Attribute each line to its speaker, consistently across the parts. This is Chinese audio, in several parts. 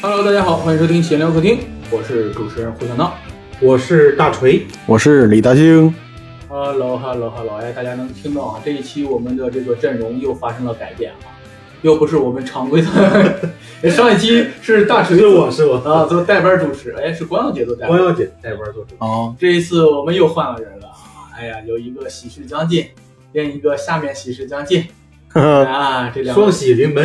Speaker 1: Hello，大家好，欢迎收听闲聊客厅，我是主持人胡小闹。
Speaker 2: 我是大锤，
Speaker 3: 我是李大兴，
Speaker 1: Hello，Hello，Hello，哎，大家能听到啊，这一期我们的这个阵容又发生了改变啊，又不是我们常规 的，上一期是大锤
Speaker 2: 是
Speaker 1: 做
Speaker 2: 我是我，
Speaker 1: 啊做代班主持，哎，是光耀姐做代
Speaker 2: 光
Speaker 1: 班，
Speaker 2: 耀姐代班做主，
Speaker 3: 哦，
Speaker 1: 这一次我们又换了人了啊，哎呀，有一个喜事将近，另一个下面喜事将近
Speaker 3: 呵呵
Speaker 1: 啊，这两
Speaker 2: 双
Speaker 1: 个
Speaker 2: 喜临门，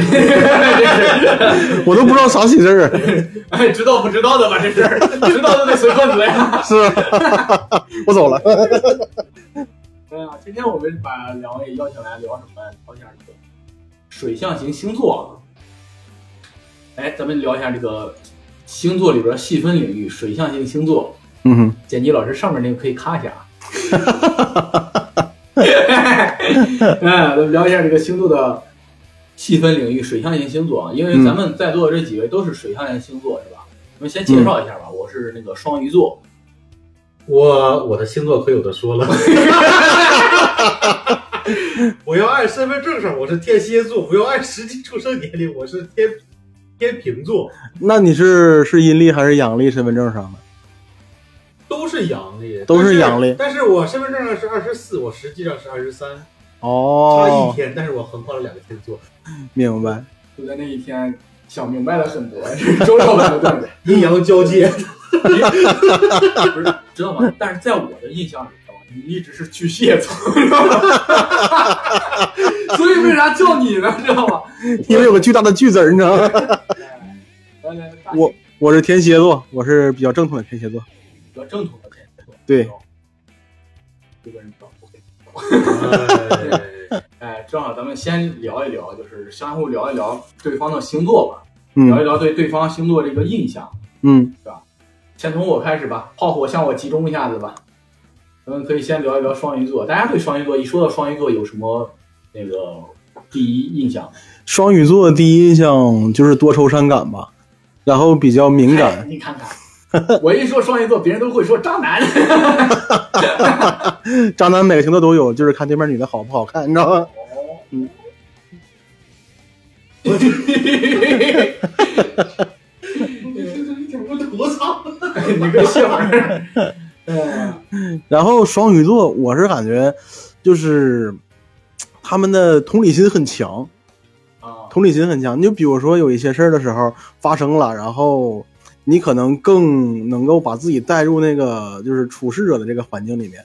Speaker 3: 我都不知道啥喜事儿，
Speaker 1: 哎，知道不知道的吧，这是 知道的得随份子呀。
Speaker 3: 啊 是吧， 我走了。
Speaker 1: 对啊，今天我们把两位邀请来聊什么？聊一下这个水象型星座。哎，咱们聊一下这个星座里边细分领域，水象型星座。
Speaker 3: 嗯哼，
Speaker 1: 剪辑老师上面那个可以咔一下啊。 哎，咱们聊一下这个星座的细分领域，水象型星座啊，因为咱们在座的这几位都是水象型星座，是吧？我们先介绍一下吧，我是那个双鱼座，
Speaker 2: 我我的星座可有的说了， 我要按身份证上我是天蝎座，我要按实际出生年龄我是天天平座，
Speaker 3: 那你是是阴历还是阳历身份证上的？
Speaker 2: 都是阳历，
Speaker 3: 都是
Speaker 2: 但
Speaker 3: 阳历
Speaker 2: 但是我身份证上是二十四，我实际上是二十三，差一
Speaker 3: 哦，
Speaker 2: 天，但是我横跨了两个天座，
Speaker 3: 明白。
Speaker 1: 就在那一天想明白了很多， 是周老板的段子。
Speaker 2: 阴阳交接，
Speaker 1: 不是，知道吗？但是在我的印象里头，你一直是巨蟹座， 所以为啥叫你呢？知道吗？
Speaker 3: 因为有个巨大的巨字儿，你知道 吗？
Speaker 1: 来来，大
Speaker 3: 我我是天蝎座，我是比较正统的天蝎座。
Speaker 1: 比较正统的天蝎座，
Speaker 3: 对，
Speaker 1: 这个人比较 OK。
Speaker 2: 哎
Speaker 1: 哎，正好咱们先聊一聊，就是相互聊一聊对方的星座吧，聊一
Speaker 3: 嗯
Speaker 1: 聊对对方星座这个印象。
Speaker 3: 嗯，
Speaker 1: 先从我开始吧，炮火向我集中一下子吧。咱们可以先聊一聊双鱼座，大家对双鱼座一说到双鱼座有什么那个第一印象？
Speaker 3: 双鱼座第一印象就是多愁善感吧，然后比较敏
Speaker 1: 哎
Speaker 3: 感，
Speaker 1: 你看看，我一说双鱼座，别人都会说渣男。
Speaker 3: 渣男每个星座都有，就是看对面女的好不好看，你知道吗？
Speaker 1: 你
Speaker 2: 我吐槽，
Speaker 1: 个媳妇儿，嗯，
Speaker 3: 然后双鱼座，我是感觉就是他们的同理心很强，
Speaker 1: 啊，
Speaker 3: 同理心很强。你就比如说有一些事儿的时候发生了，然后你可能更能够把自己带入那个就是处事者的这个环境里面，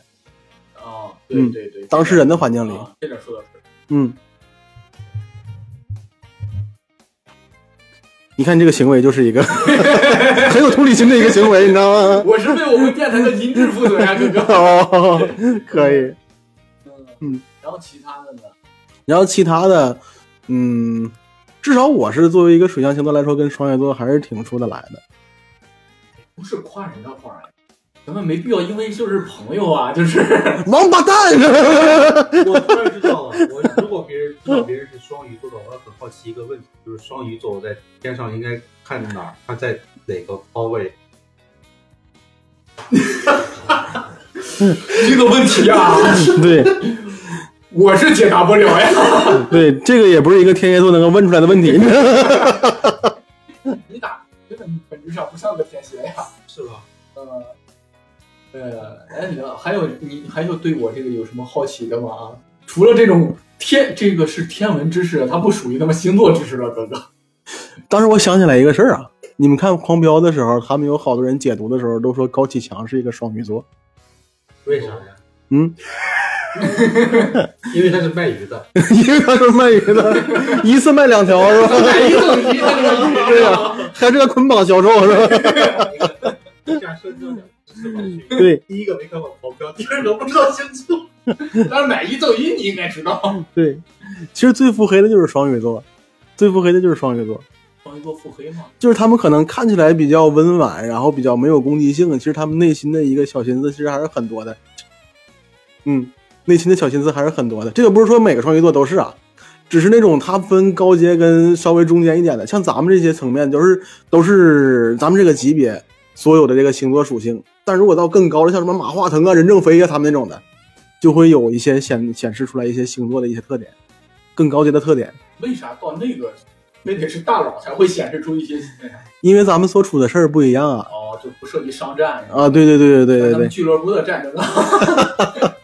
Speaker 1: 啊，对对对，
Speaker 3: 嗯当事人的环境里。
Speaker 1: 啊，这点说的是，
Speaker 3: 嗯，你看这个行为就是 一个很有同理心的一个行为，你知道吗？
Speaker 1: 我是为我们电台的音质负责呀，哥哥。
Speaker 3: 哦，可以。
Speaker 1: 嗯，然后其他的呢？
Speaker 3: 然后其他的，嗯，至少我是作为一个水象星座来说，跟双鱼座还是挺出得来的。
Speaker 1: 不是夸人的话，咱们没必要，因为就是朋友啊，就是
Speaker 3: 王八蛋！
Speaker 2: 我突然知道了，我如果别人知道别人是双鱼座的，我很好奇一个问题，就是双鱼座我在天上应该看哪儿？它在哪个方位？
Speaker 1: 这个问题啊，
Speaker 3: 对
Speaker 1: 我是解答不了呀。
Speaker 3: 对，这个也不是一个天蝎座能够问出来的问题。
Speaker 1: 你咋根本本质上不像个天蝎呀？
Speaker 2: 是吧？
Speaker 1: 呃，呃，哎，你呢还有你还有对我这个有什么好奇的吗？啊，除了这种天，这个是天文知识，它不属于他妈星座知识了，哥 哥。
Speaker 3: 当时我想起来一个事儿啊，你们看《狂飙》的时候，他们有好多人解读的时候都说高启强是一个双鱼座。
Speaker 2: 为啥呀？
Speaker 3: 嗯，
Speaker 2: 因为它是卖鱼 的。
Speaker 3: 因为他是卖鱼的，一次卖两条是吧？
Speaker 1: 买一赠一，
Speaker 3: 对呀、还这个捆绑销售是吧？
Speaker 2: 下深圳两是吧？
Speaker 3: 对
Speaker 2: 第一个没看过狂飙，第二个不知道星座。
Speaker 1: 但是买一赠一你应该知道。
Speaker 3: 对，其实最腹黑的就是双鱼座，最腹黑的就是双鱼座。
Speaker 1: 双鱼座腹黑吗？
Speaker 3: 就是他们可能看起来比较温婉，然后比较没有攻击性，其实他们内心的一个小心思其实还是很多的。嗯，内心的小心思还是很多的。这个不是说每个双鱼座都是啊，只是那种它分高阶跟稍微中间一点的，像咱们这些层面都是都是咱们这个级别所有的这个星座属性。但如果到更高的，像什么马化腾啊、任正非啊他们那种的，就会有一些显显示出来一些星座的一些特点，更高阶的特点。
Speaker 1: 为啥到那个非得是大佬才会显示出一些那啥？
Speaker 3: 因为咱们所处的事儿不一样啊
Speaker 1: 哦，就不涉及商战呀
Speaker 3: 啊！对对对对对
Speaker 1: 咱
Speaker 3: 对
Speaker 1: 们
Speaker 3: 对，
Speaker 1: 俱乐部的战争 啊。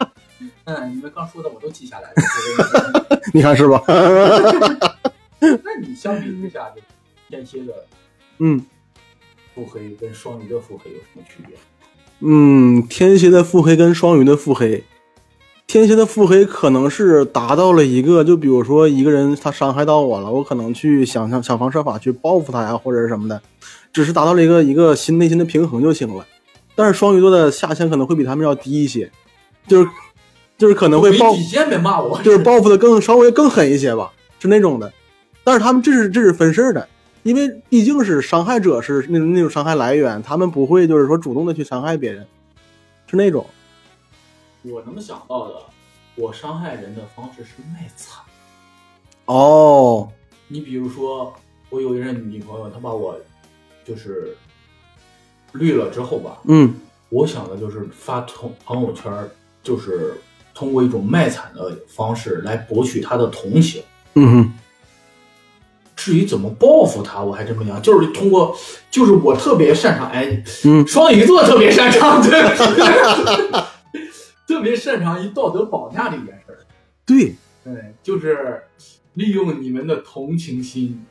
Speaker 1: 嗯，你们刚说的我都记下来了。
Speaker 3: 你看是吧？
Speaker 1: 那你相比之下，这天蝎的
Speaker 3: 嗯。
Speaker 1: 腹黑跟双鱼的腹黑有什么区别？
Speaker 3: 嗯，天蝎的腹黑跟双鱼的腹黑，天蝎的腹黑可能是达到了一个，就比如说一个人他伤害到我了，我可能去想想想方设法去报复他呀，或者是什么的，只是达到了一个一个心内心的平衡就行了。但是双鱼座的下限可能会比他们要低一些，就是就是可能会
Speaker 1: 没
Speaker 3: 报
Speaker 1: 底线别骂我，
Speaker 3: 就是报复的更稍微更狠一些吧，是那种的。但是他们这是这是分事儿的，因为毕竟是伤害者是那种那种伤害来源，他们不会就是说主动的去伤害别人，是那种。
Speaker 1: 我能想到的，我伤害人的方式是卖惨。
Speaker 3: 哦，
Speaker 1: 你比如说，我有一任女朋友，她把我就是绿了之后吧，
Speaker 3: 嗯，
Speaker 1: 我想的就是发朋朋友圈儿，就是通过一种卖惨的方式来博取她的同情。
Speaker 3: 嗯哼，
Speaker 1: 至于怎么报复她，我还真不讲，就是通过，就是我特别擅长，哎，
Speaker 3: 嗯
Speaker 1: 双鱼座特别擅长， 对，特别擅长于道德绑架这件事儿。
Speaker 3: 对，
Speaker 1: 对，就是利用你们的同情心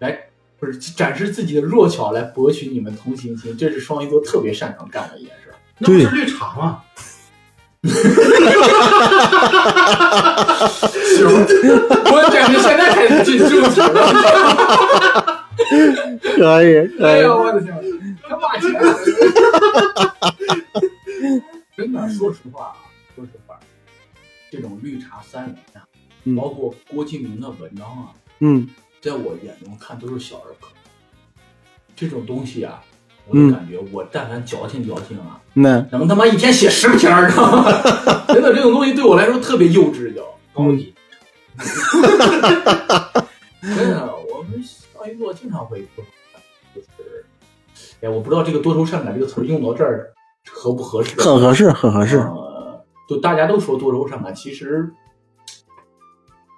Speaker 1: 来，不是展示自己的弱小来博取你们同情心，这是双鱼座特别擅长干的一件事。
Speaker 2: 那不
Speaker 3: 对
Speaker 2: 是绿茶吗？
Speaker 1: 是吗？ 我感觉现在开始进正题了。
Speaker 3: 可以，
Speaker 1: 哎
Speaker 3: 可以
Speaker 1: 呀，，我的天，他骂起来了。真的，说实话啊，说实话，这种绿茶三人啊，
Speaker 3: 嗯
Speaker 1: 包括郭敬明的文章啊，
Speaker 3: 嗯
Speaker 1: 在我眼中看都是小儿科。这种东西啊，我就感觉我但凡矫情矫情啊，
Speaker 3: 那
Speaker 1: 能他妈一天写十篇儿呢？真的，这种东西对我来说特别幼稚，就
Speaker 2: 高级，
Speaker 1: 真的，我们双鱼座经常会多愁善感，就是，哎，我不知道这个多愁善感这个词儿用到这儿合不合适，
Speaker 3: 很合适，很合适。
Speaker 1: 呃，就大家都说多愁善感，其实，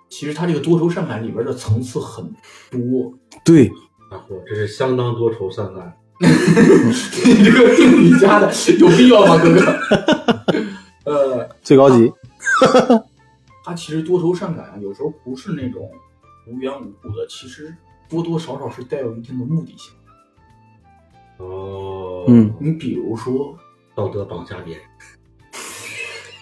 Speaker 1: 其实它这个多愁善感里边的层次很多，
Speaker 3: 对，
Speaker 2: 嗯然后这是相当多愁善感。
Speaker 1: 你这个定语加的有必要吗，哥 哥？呃，
Speaker 3: 最高级。
Speaker 1: 他其实多愁善感啊，有时候不是那种无缘无故的，其实多多少少是带有一定的目的性。
Speaker 2: 哦，
Speaker 3: 嗯，
Speaker 1: 你比如说，
Speaker 2: 道德绑架别人，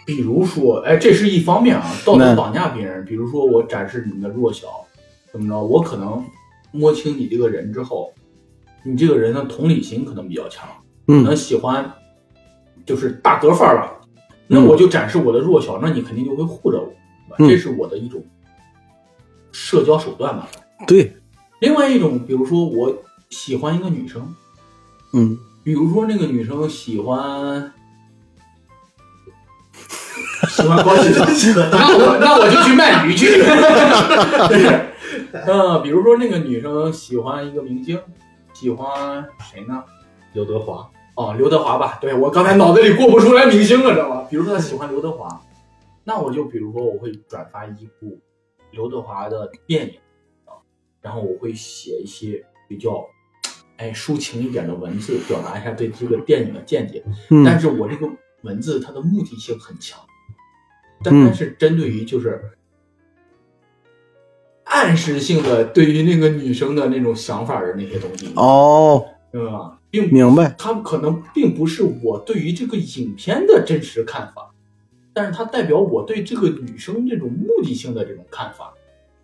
Speaker 1: 比如说，哎，这是一方面啊，道
Speaker 3: 那
Speaker 1: 德绑架别人，比如说我展示你们的弱小，怎么着？我可能摸清你这个人之后，你这个人的同理心可能比较强，可
Speaker 3: 嗯
Speaker 1: 能喜欢就是大哥范儿了，那
Speaker 3: 嗯
Speaker 1: 我就展示我的弱小，那你肯定就会护着我，对吧
Speaker 3: 嗯
Speaker 1: 这是我的一种社交手段吧。
Speaker 3: 对，
Speaker 1: 另外一种，比如说我喜欢一个女生，
Speaker 3: 嗯，
Speaker 1: 比如说那个女生喜欢。喜欢高级的，那我那我就去卖鱼 去。嗯，比如说那个女生喜欢一个明星，喜欢谁呢？
Speaker 2: 刘德华，
Speaker 1: 哦，刘德华吧，对我刚才脑子里过不出来明星了，知道吧？比如说他喜欢刘德华，那我就比如说我会转发一部刘德华的电影，啊然后我会写一些比较哎抒情一点的文字，表达一下对这个电影的见解。但
Speaker 3: 嗯
Speaker 1: 是我这个文字它的目的性很强，单
Speaker 3: 嗯
Speaker 1: 单是针对于就是暗示性的对于那个女生的那种想法的那些东西，
Speaker 3: 哦，
Speaker 1: 明白吧？并不
Speaker 3: 明白。
Speaker 1: 它可能并不是我对于这个影片的真实看法，但是它代表我对这个女生这种目的性的这种看法，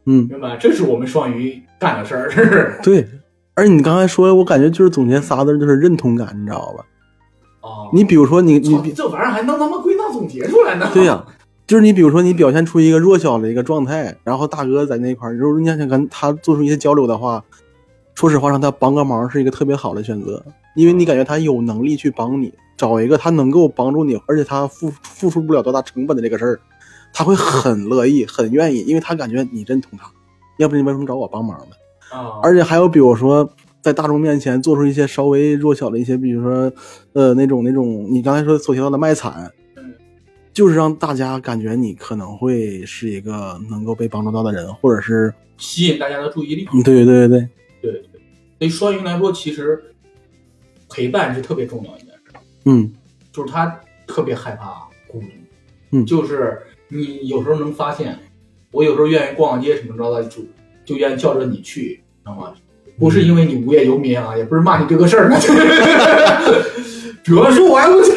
Speaker 3: 嗯，
Speaker 1: 明白吧？这是我们双鱼干的事儿。
Speaker 3: 对。而你刚才说，我感觉就是总结仨字儿，就是认同感，你知道吧？
Speaker 1: 啊，
Speaker 3: 你比如说你，你
Speaker 1: 操
Speaker 3: 比
Speaker 1: 这玩意儿还能他妈归纳总结出来呢？
Speaker 3: 对呀、就是你比如说你表现出一个弱小的一个状态，然后大哥在那块儿，如果你想想跟他做出一些交流的话，说实话让他帮个忙是一个特别好的选择，因为你感觉他有能力去帮你，找一个他能够帮助你，而且他付付出不了多大成本的这个事儿，他会很乐意、很愿意，因为他感觉你真懂他，要不然你为什么找我帮忙呢？
Speaker 1: 啊，
Speaker 3: 而且还有，比如说在大众面前做出一些稍微弱小的一些，比如说，呃，那种那种你刚才说所提到的卖惨
Speaker 1: 嗯，
Speaker 3: 就是让大家感觉你可能会是一个能够被帮助到的人，或者是，
Speaker 1: 吸引大家的注意力。
Speaker 3: 嗯，对对对对，
Speaker 1: 对对，对对于双鱼来说，其实陪伴是特别重要的一件事，
Speaker 3: 嗯
Speaker 1: 就是他特别害怕孤独。
Speaker 3: 嗯
Speaker 1: 就是你有时候能发现，我有时候愿意逛街什么着的，就就愿意叫着你去，知道吗？不是因为你无业游民啊，也不是骂你这个事儿呢， 主要是我还不去。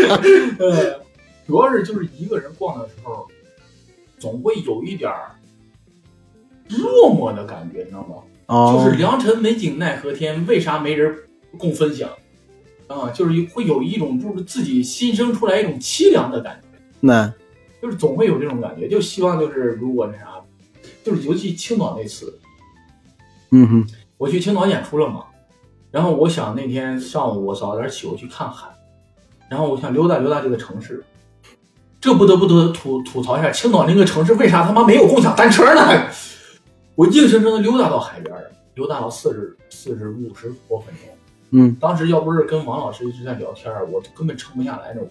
Speaker 1: 呃，主要是就是一个人逛的时候，总会有一点儿落寞的感觉，你知道吗？就
Speaker 3: 哦
Speaker 1: 是，良辰美景奈何天，为啥没人共分享？啊，就是会有一种就是自己心生出来一种凄凉的感觉，
Speaker 3: 那
Speaker 1: 就是总会有这种感觉，就希望就是如果那啥，就是尤其青岛那次，
Speaker 3: 嗯哼，
Speaker 1: 我去青岛演出了嘛，然后我想那天上午我早点起，我去看海，然后我想溜达溜达这个城市，这不得不得吐吐槽一下青岛那个城市为啥他妈没有共享单车呢？ 我硬生生的溜达到海边儿，溜达了四十四十五十多分钟。
Speaker 3: 嗯
Speaker 1: 当时要不是跟王老师一直在聊天儿，我根本撑不下来那种。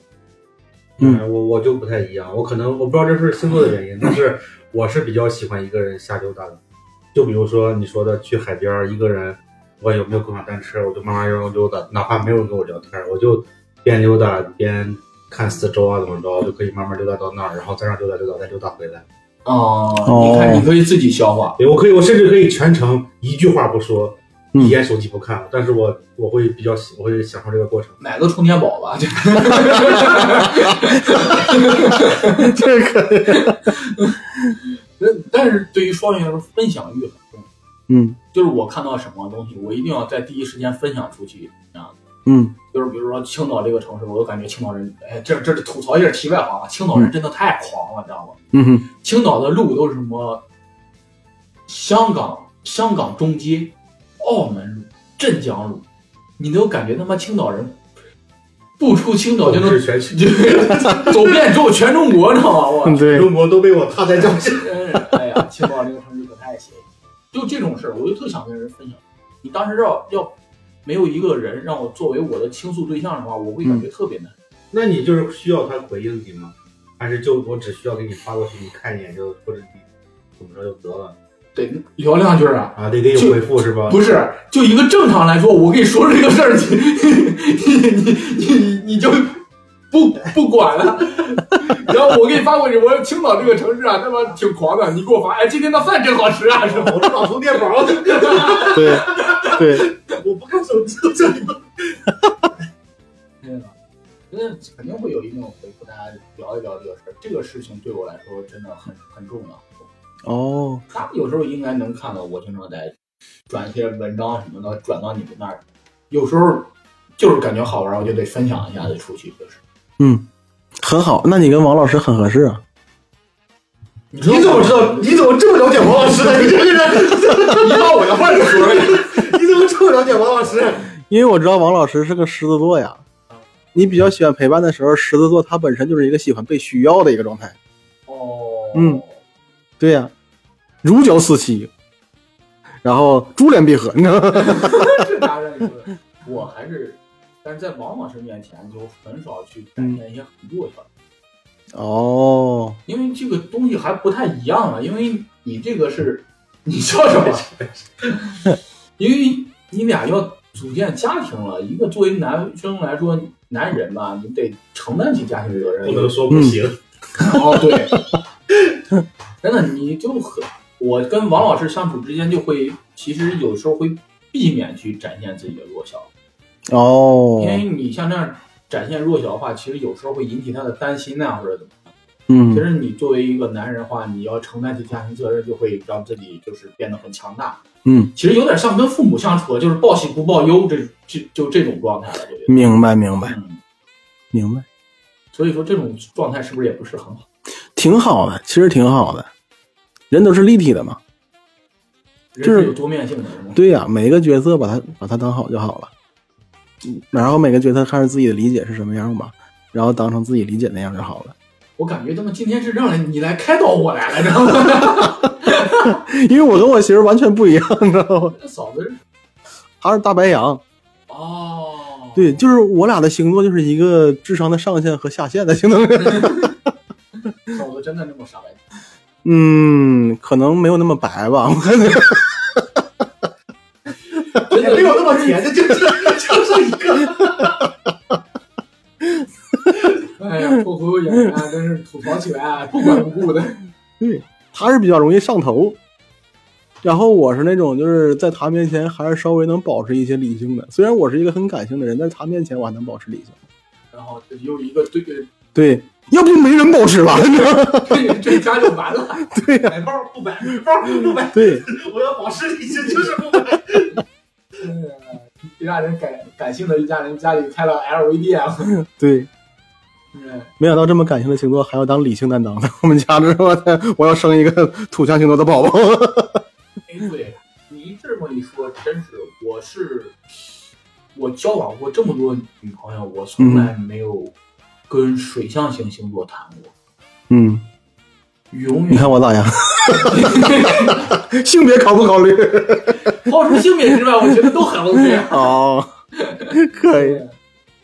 Speaker 3: 嗯
Speaker 2: 嗯，我我就不太一样，我可能我不知道这是星座的原因，但是我是比较喜欢一个人瞎溜达的。就比如说你说的去海边儿一个人，我有没有共享单车，我就慢慢悠悠溜达，哪怕没有人跟我聊天儿，我就边溜达边看四周啊怎么着，就可以慢慢溜达到那儿，然后在那儿溜达溜达再溜达回来。
Speaker 1: 哦
Speaker 3: 哦
Speaker 1: 你看，你可以自己消化。
Speaker 2: 对，我可以，我甚至可以全程一句话不说，
Speaker 3: 嗯
Speaker 2: 一眼手机不看，但是我我会比较喜，我会享受这个过程。
Speaker 1: 奶子充电宝吧，这
Speaker 3: 这个，
Speaker 1: 但是对于双鱼来说，分享欲很重要。
Speaker 3: 嗯
Speaker 1: 就是我看到什么东西，我一定要在第一时间分享出去啊。
Speaker 3: 嗯
Speaker 1: 就是比如说青岛这个城市，我就感觉青岛人，哎，这这是吐槽一下题外话啊，青岛人真的太狂了，你知道吗？
Speaker 3: 嗯哼，
Speaker 1: 青岛的路都是什么？香港香港中街、澳门路、镇江路，你都感觉他妈青岛人不出青岛就 能
Speaker 2: 是全世界，
Speaker 1: 就走遍中全中国，你知道吗？我
Speaker 3: 嗯对，
Speaker 2: 中国都被我踏在脚下。
Speaker 1: 真是， 哎呀，青岛这个城市可太邪了。就这种事儿，我就特想跟人分享。你当时要要没有一个人让我作为我的倾诉对象的话，我会感觉特别难。
Speaker 2: 那你就是需要他回应你吗？还是就我只需要给你发过去，你看一眼就或者你怎么着就得了
Speaker 1: 得聊两句啊。
Speaker 2: 啊？得得
Speaker 1: 就
Speaker 2: 有回复是吧？
Speaker 1: 不是，就一个正常来说，我跟你说这个事儿，你你你你你就不不管了。 然后我给你发过去，我说青岛这个城市啊，他妈挺狂的，你给我发，哎，今天的饭真好吃啊，是吧？
Speaker 2: 我是老充电宝，
Speaker 3: 对对，
Speaker 2: 我不看手机，这里不
Speaker 1: 真的，那肯定会有一定的回复，大家聊一聊这个事儿。这个事情对我来说真的很很重要。
Speaker 3: 哦，
Speaker 1: 他们有时候应该能看到我经常在转一些文章什么的，转到你们那儿。有时候就是感觉好玩，我就得分享一下子出去，就是。
Speaker 3: 嗯，很好，那你跟王老师很合适啊。
Speaker 1: 你
Speaker 2: 你怎么知道？你怎么这么了解王老师的？ 你这个人，
Speaker 1: 你把我的话给说了。
Speaker 2: 你怎么这么了解王老师？
Speaker 3: 因为我知道王老师是个狮子座呀，你比较喜欢陪伴的时候，狮子座他本身就是一个喜欢被需要的一个状态。
Speaker 1: 哦，
Speaker 3: 嗯，对呀、如胶似漆，然后珠联璧合，你知道吗？
Speaker 1: 这当然是，我还是，但是在王老师面前就很少去展现一些很弱小的，
Speaker 3: 哦，
Speaker 1: 因为这个东西还不太一样啊。因为你这个是， 你笑什么？因为你俩要组建家庭了，一个作为男生来说，男人嘛，你得承担起家庭责任。
Speaker 2: 不 能说不行，
Speaker 1: 哦，对，真的，你就很，我跟王老师相处之间就会，其实有时候会避免去展现自己的弱小，
Speaker 3: 哦
Speaker 1: 因，为你像这样展现弱小的话，其实有时候会引起他的担心呐、或者怎么样。其
Speaker 3: 嗯，
Speaker 1: 实你作为一个男人的话，你要承担起家庭责任，就会让自己就是变得很强大。
Speaker 3: 嗯，
Speaker 1: 其实有点像跟父母相处，就是报喜不报忧，这这就这种状态了，我觉得。
Speaker 3: 明白，明白，
Speaker 1: 嗯，
Speaker 3: 明白，
Speaker 1: 所以说这种状态是不是也不是很好？
Speaker 3: 挺好的，其实挺好的，人都是立体的嘛。
Speaker 1: 人
Speaker 3: 就是
Speaker 1: 是有多面性的，是吗？
Speaker 3: 对呀、每个角色把他把他当好就好了，嗯然后每个角色看着自己的理解是什么样吧，然后当成自己理解那样就好了。
Speaker 1: 我感觉他妈今天是让人你来开导我来了，知道吗？
Speaker 3: 因为我跟我媳妇儿完全不一样，你知道吗？
Speaker 1: 这嫂子是
Speaker 3: 她是大白羊，
Speaker 1: 哦，
Speaker 3: 对，就是我俩的星座就是一个智商的上限和下限的性能。
Speaker 1: 嫂子真的那么傻白甜？
Speaker 3: 嗯，可能没有那么白吧， 我感觉
Speaker 1: 真的
Speaker 2: 没有那么甜的，就是就是一个。
Speaker 1: 哎呀，破忽悠演员啊真是吐槽起来啊不管不顾的。
Speaker 3: 她是比较容易上头。然后我是那种就是在她面前还是稍微能保持一些理性的，虽然我是一个很感性的人，但是她面前我还能保持理性。
Speaker 1: 然后这又一个对
Speaker 3: 对，要不没人保持了，你知道吗？
Speaker 1: 对这家就完了。
Speaker 3: 对呀、
Speaker 2: 买包 不买，包不买，
Speaker 3: 对，
Speaker 2: 我要保持理性，就是不买。
Speaker 1: 一家人感感性的一家人家里开了 LED 啊，
Speaker 3: 对，
Speaker 1: 嗯，
Speaker 3: 没想到这么感性的星座还要当理性担当的。 我们家这我我要生一个土象星座的宝 宝。
Speaker 1: 哎，对你这么一说，真是我是我交往过这么多女朋友，我从
Speaker 2: 嗯
Speaker 1: 来没有跟水象型星座谈过，
Speaker 3: 嗯，
Speaker 1: 永
Speaker 3: 你
Speaker 1: 远
Speaker 3: 看我咋样？ 性别考不考虑？
Speaker 1: 抛除性别之外，我觉得都很 OK。啊
Speaker 3: 哦， 可以。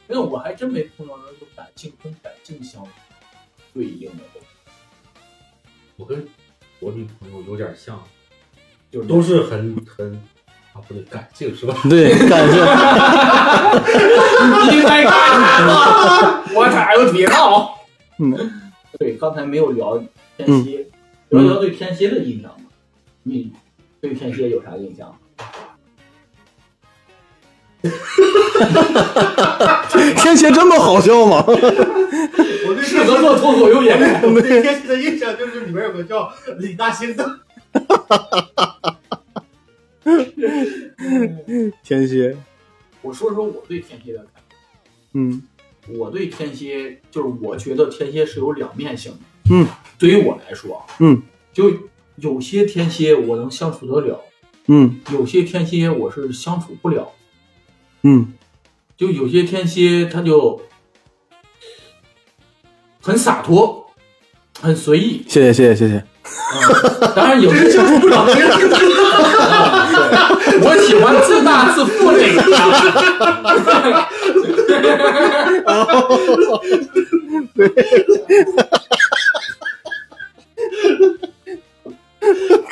Speaker 1: 没有，我还真没碰到那种感性跟感性相对应的，
Speaker 2: 我跟我女朋友有点像，
Speaker 1: 就是
Speaker 2: 都是很很啊，不对，感性是吧？
Speaker 3: 对，感性。
Speaker 1: 应该干啥 了？我哪有别闹？
Speaker 3: 嗯，
Speaker 1: 对，刚才没有聊天蝎，聊聊对天蝎的印象吧。你对天蝎有啥印象？
Speaker 3: 天蝎这么好笑吗？
Speaker 2: 我对
Speaker 1: 适合做脱口秀演员。
Speaker 2: 我对天蝎的印象就是里面有个叫李大兴的，
Speaker 3: 天蝎，
Speaker 1: 我说说我对天蝎的看
Speaker 3: 嗯
Speaker 1: 法。我对天蝎就是我觉得天蝎是有两面性的。
Speaker 3: 嗯，
Speaker 1: 对于我来说，啊
Speaker 3: 嗯，
Speaker 1: 就有些天蝎我能相处得了，
Speaker 3: 嗯
Speaker 1: 有些天蝎我是相处不了。
Speaker 3: 嗯
Speaker 1: 就有些天蝎他就很洒脱，很随意。
Speaker 3: 谢谢谢谢谢谢。
Speaker 1: 嗯、当然有些啊
Speaker 2: 相处不了别人。
Speaker 1: 我喜欢自大自负那个。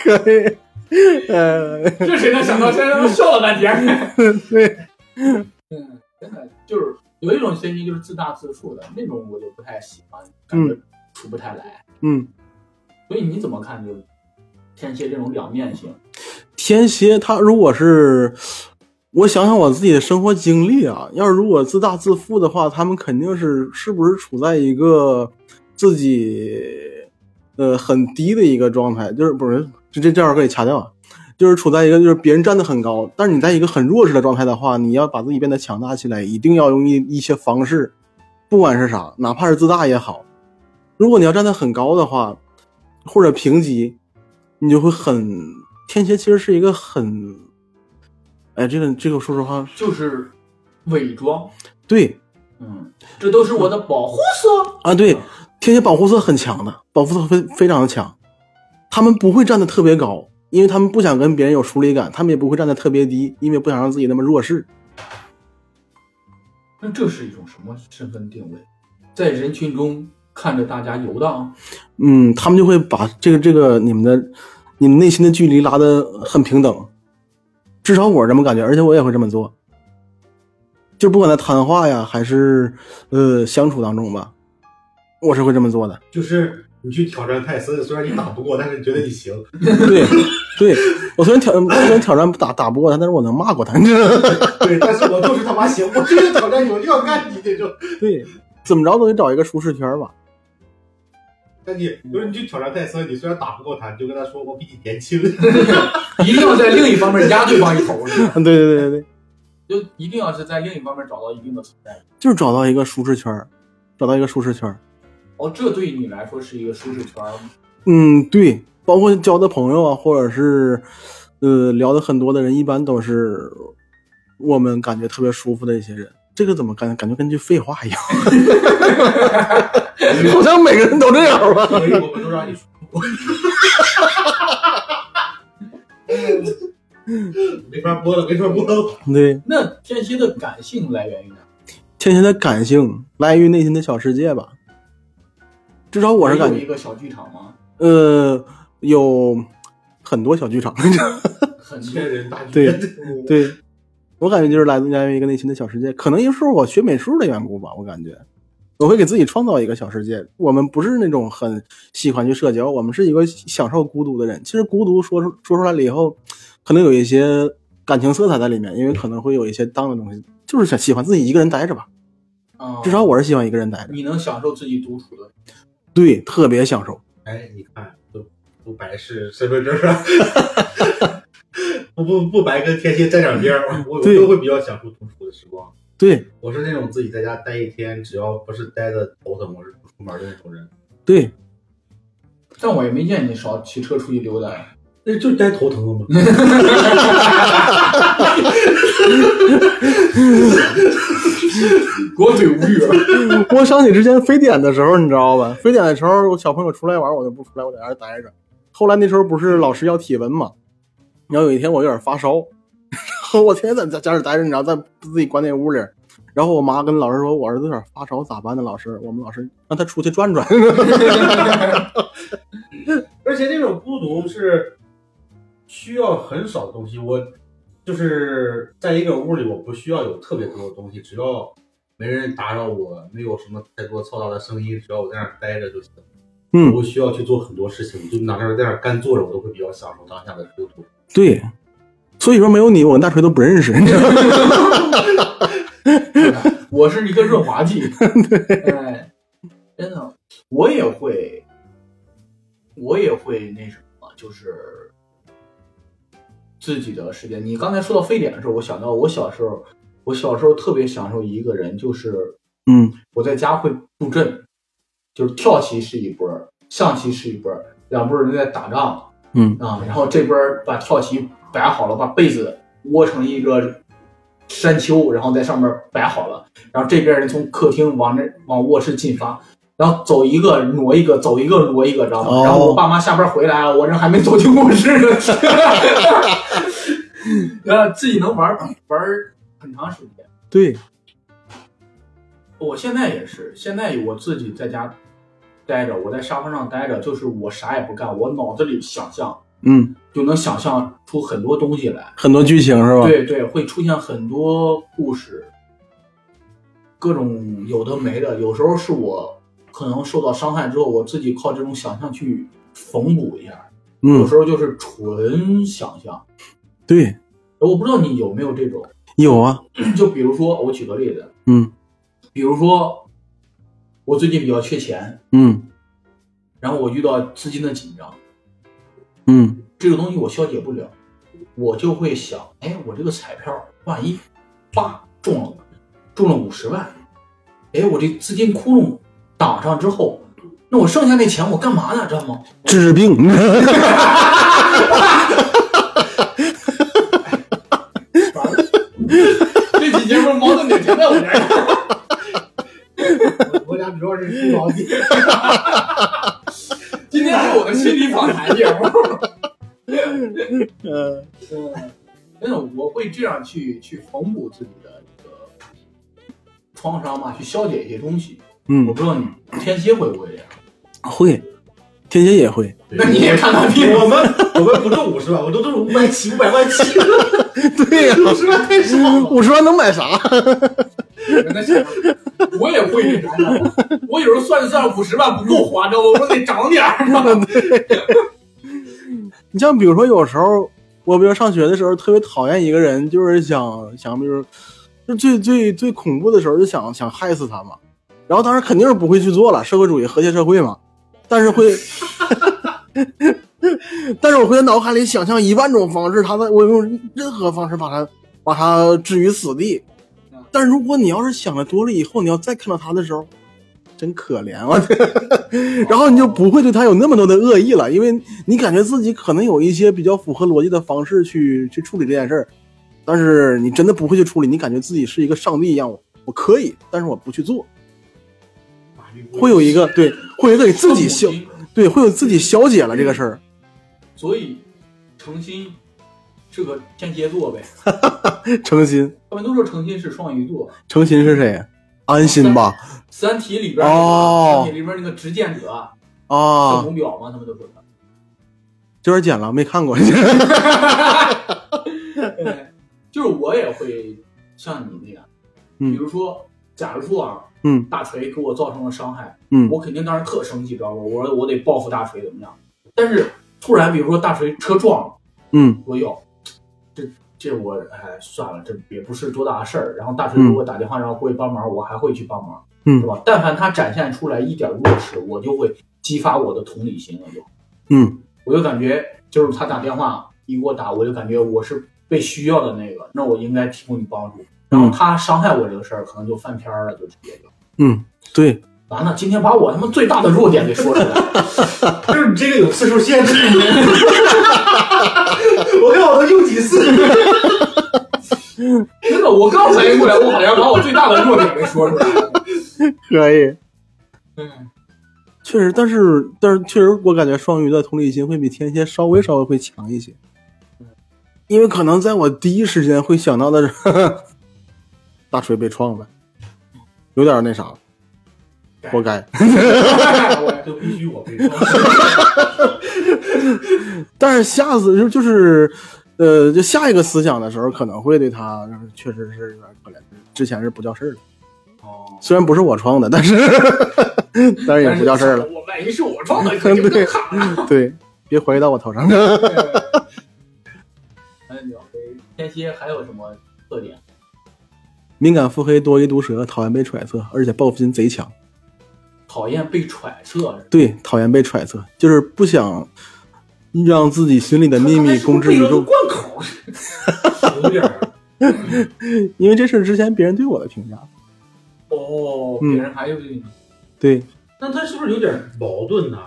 Speaker 3: 可以。呃，
Speaker 1: 这谁能想到？现在都笑了半天。
Speaker 3: 对，
Speaker 1: 嗯，真的就是有一种天蝎就是自大自负的那种，我就不太喜欢，感觉处不太来。
Speaker 3: 嗯，
Speaker 1: 所以你怎么看就天蝎这种两面性？
Speaker 3: 天蝎他如果是，我想想我自己的生活经历啊，要是如果自大自负的话，他们肯定是是不是处在一个自己呃很低的一个状态，就是不是这这这段可以掐掉啊。就是处在一个就是别人站得很高，但是你在一个很弱势的状态的话，你要把自己变得强大起来，一定要用一一些方式，不管是啥，哪怕是自大也好。如果你要站得很高的话，或者评级，你就会很天蝎其实是一个很，哎，这个这个说实话，
Speaker 1: 就是伪装。
Speaker 3: 对
Speaker 1: 嗯，这都是我的保护色。
Speaker 3: 啊对，天蝎保护色很强的，保护色非非常的强，他们不会站得特别高，因为他们不想跟别人有疏离感，他们也不会站得特别低，因为不想让自己那么弱势。
Speaker 1: 那这是一种什么身份定位？在人群中看着大家游荡，
Speaker 3: 嗯，他们就会把这个这个你们的你们内心的距离拉得很平等，至少我是这么感觉，而且我也会这么做。就不管在谈话呀，还是呃相处当中吧，我是会这么做的。
Speaker 2: 就是你去挑战泰森，虽然你打不过，但是你觉得你行。
Speaker 3: 对， 对我虽然挑虽然挑战打打不过他，但是我能骂过他。
Speaker 2: 对，但是我就是他妈行，我就是挑战你，我就要干你这种。
Speaker 3: 对，怎么着都得找一个舒适圈吧。
Speaker 2: 但你不是你去挑战泰森，你虽然打不过他，你就跟他说我比你年轻。
Speaker 1: 一定要在另一方面压对方一头，是吧？
Speaker 3: 嗯，对对对对对，
Speaker 1: 就一定要是在另一方面找到一定的存在感。
Speaker 3: 就是找到一个舒适圈儿，找到一个舒适圈儿。
Speaker 1: 哦，这对你来说是一个舒适圈儿吗。
Speaker 3: 嗯，对，包括交的朋友啊，或者是呃聊的很多的人，一般都是我们感觉特别舒服的一些人。这个怎么感感觉跟句废话一样？ 好像每个人都这样吧？
Speaker 2: 所以我们都让你说。 没法播了，没法播了。
Speaker 3: 对，
Speaker 1: 那天蝎的感性来源于哪？
Speaker 3: 天蝎的感性来源于内心的小世界吧，至少我是感
Speaker 1: 有
Speaker 3: 觉
Speaker 1: 一，个小剧场吗？
Speaker 3: 呃，有很多小剧场，
Speaker 1: 很
Speaker 2: 千人大剧，
Speaker 3: 对对，我感觉就是来自来源于一个内心的小世界，可能也是我学美术的缘故吧。我感觉我会给自己创造一个小世界。我们不是那种很喜欢去社交，我们是一个享受孤独的人。其实孤独说出说出来了以后，可能有一些感情色彩在里面，因为可能会有一些当的东西，就是想喜欢自己一个人待着吧。
Speaker 1: 啊，
Speaker 3: 至少我是喜欢一个人待着，
Speaker 1: 你能享受自己独处的。
Speaker 3: 对，特别享受。
Speaker 2: 哎，你看，都不白是身份证啊，不 不不白跟天蝎沾点边儿，我我
Speaker 3: 对
Speaker 2: 都会比较享受独处的时光。
Speaker 3: 对
Speaker 2: 我是那种自己在家待一天，只要不是待的头疼，我是不出门的那种人。
Speaker 3: 对，
Speaker 1: 但我也没见你少骑车出去溜达。
Speaker 2: 那就待头疼了吗？
Speaker 1: 我嘴无语了。
Speaker 3: 我想起之前非典的时候，你知道吧？非典的时候，我小朋友出来玩，我就不出来，我在家待着。后来那时候不是老师要体温嘛，然后有一天我有点发烧，然后我天天在家里待着，你知道，在自己关那屋里。然后我妈跟老师说，我儿子有点发烧，咋办呢？老师，我们老师让他出去转转。
Speaker 2: 而且那种孤独是需要很少的东西。我就是在一个屋里，我不需要有特别多的东西，只要没人打扰我，没有什么太多嘈杂的声音，只要我在那儿待着就行。我
Speaker 3: 嗯，
Speaker 2: 不需要去做很多事情，就哪怕是在那儿干坐着，我都会比较享受当下的孤独。
Speaker 3: 对，所以说没有你，我跟大锤都不认识，你知道吗？
Speaker 1: 我是一个润滑剂。哎，真的，我也会，我也会那什么，就是自己的时间。你刚才说到非典的时候，我想到我小时候，我小时候特别享受一个人，就是
Speaker 3: 嗯
Speaker 1: 我在家会布阵，就是跳棋是一波儿，象棋是一波儿，两拨儿人在打仗。
Speaker 3: 嗯
Speaker 1: 啊，然后这边儿把跳棋摆好了，把被子窝成一个山丘，然后在上面摆好了，然后这边人从客厅往那往卧室进发，然后走一个挪一个，走一个挪一个，知道吗？
Speaker 3: 哦
Speaker 1: 然后我爸妈下班回来啊了，我人还没走进卧室呢， 呃，自己能玩儿玩儿很长时间。
Speaker 3: 对，
Speaker 1: 我现在也是，现在我自己在家待着，我在沙发上待着，就是我啥也不干，我脑子里想象
Speaker 3: 嗯，
Speaker 1: 就能想象出很多东西来。
Speaker 3: 很多剧情是吧？，
Speaker 1: 对对，会出现很多故事，各种有的没的。有时候是我可能受到伤害之后，我自己靠这种想象去缝补一下；有
Speaker 3: 嗯
Speaker 1: 时候就是纯想象。
Speaker 3: 对，
Speaker 1: 我不知道你有没有这种，
Speaker 3: 有啊，
Speaker 1: 就比如说我举个例子，
Speaker 3: 嗯
Speaker 1: 比如说我最近比较缺钱，
Speaker 3: 嗯
Speaker 1: 然后我遇到资金的紧张，
Speaker 3: 嗯
Speaker 1: 这个东西我消解不了，我就会想，哎，我这个彩票万一叭中了，中了五十万，哎，我这资金窟窿挡上之后，那我剩下那钱我干嘛呢？知道吗？
Speaker 3: 治病，
Speaker 1: 这期节目矛盾点全在我这儿。
Speaker 2: 我 我俩主要是孤老点。
Speaker 1: 今天是我的心理访谈节目。
Speaker 3: 嗯
Speaker 1: 嗯，真的，我会这样去去缝补自己的一个创伤嘛，去消解一些东西。
Speaker 3: 嗯
Speaker 1: 我，不知道你天蝎会不会这样？
Speaker 3: 会，天蝎也会。
Speaker 1: 那你也看看病。
Speaker 2: 我们我们不挣五十万，我都挣五百起，五百万起，
Speaker 3: 对呀、
Speaker 2: 五十万太少了。
Speaker 3: 五十嗯万能买啥？
Speaker 1: 那是我也会那啥的，我有时候算着算着五十万不够花，知道吗？我说得涨点儿。
Speaker 3: 你像比如说，有时候我比如上学的时候，特别讨厌一个人，就是想想，比如就最最最恐怖的时候，就想想害死他嘛。然后当时肯定是不会去做了，社会主义和谐社会嘛。但是会， 但是我会在脑海里想象一万种方式，他在我用任何方式把他把他置于死地。但是如果你要是想的多了以后，你要再看到他的时候，真可怜我、 然后你就不会对他有那么多的恶意了，因为你感觉自己可能有一些比较符合逻辑的方式去去处理这件事儿，但是你真的不会去处理，你感觉自己是一个上帝一样，我我可以，但是我不去做。
Speaker 1: 法律
Speaker 3: 会有一个对，会有一个给自己 消，对，会有自己消解了这个事儿。
Speaker 1: 所以诚心是个天蝎座呗。
Speaker 3: 诚心，
Speaker 1: 他们都说诚心是双鱼座，《
Speaker 3: 诚心是谁？安心吧。
Speaker 1: 三体》里边那个
Speaker 3: 哦
Speaker 1: 三体》里边那个执剑者
Speaker 3: 啊
Speaker 1: 圣，母婊嘛，他们都说他。
Speaker 3: 今儿剪了，没看过。
Speaker 1: 对，就是我也会像你那样，
Speaker 3: 嗯
Speaker 1: 比如说，假如说啊，
Speaker 3: 嗯
Speaker 1: 大锤给我造成了伤害，
Speaker 3: 嗯
Speaker 1: 我肯定当时特生气，知道吗？我说我得报复大锤怎么样？但是突然，比如说大锤车撞了，
Speaker 3: 嗯
Speaker 1: 我有，这这我哎算了，这也不是多大的事儿。然后大锤给我打电话让我过去帮忙，我还会去帮忙，
Speaker 3: 嗯
Speaker 1: 是吧？但凡他展现出来一点弱势，我就会激发我的同理心了，就
Speaker 3: 嗯
Speaker 1: 我就感觉就是他打电话一给我打，我就感觉我是被需要的那个，那我应该提供你帮助。然后他伤害我这个事儿，可能就翻篇儿了，就直接就
Speaker 3: 嗯，对，
Speaker 1: 完了。今天把我他妈最大的弱点给说出来，
Speaker 2: 就是你这个有次数限制， 我看我都用几次。
Speaker 1: 真的，我刚反应过来，我好像把我最大的弱点给说出来了。
Speaker 3: 可以。
Speaker 1: 嗯，
Speaker 3: 确实，但是但是确实，我感觉双鱼的同理心会比天蝎稍微稍微会强一些，因为可能在我第一时间会想到的是 大锤被撞了，有点那啥，活该。
Speaker 1: 我
Speaker 2: 就必须我被撞。
Speaker 3: 但是下次就就是，呃，就下一个思想的时候，可能会对他确实是有点可怜，之前是不叫事儿的，
Speaker 1: 哦，
Speaker 3: 虽然不是我创的，但是 但是也不叫事儿了。
Speaker 1: 我万一是 我撞的，肯定更惨。
Speaker 3: 对，别怀疑到我头上。
Speaker 1: 哎，你天蝎还有什么特点？
Speaker 3: 敏感腹黑，多疑毒舌，讨厌被揣测，而且报复心贼强。
Speaker 1: 讨厌被揣测。
Speaker 3: 对，讨厌被揣测，就是不想让自己心里的秘密公 之于众，
Speaker 1: 灌口
Speaker 2: 有点儿
Speaker 3: 因为这是之前别人对我的评价。
Speaker 1: 哦，
Speaker 3: 嗯
Speaker 1: 别人还有这个
Speaker 3: 对，
Speaker 2: 那他是不是有点儿矛盾呢？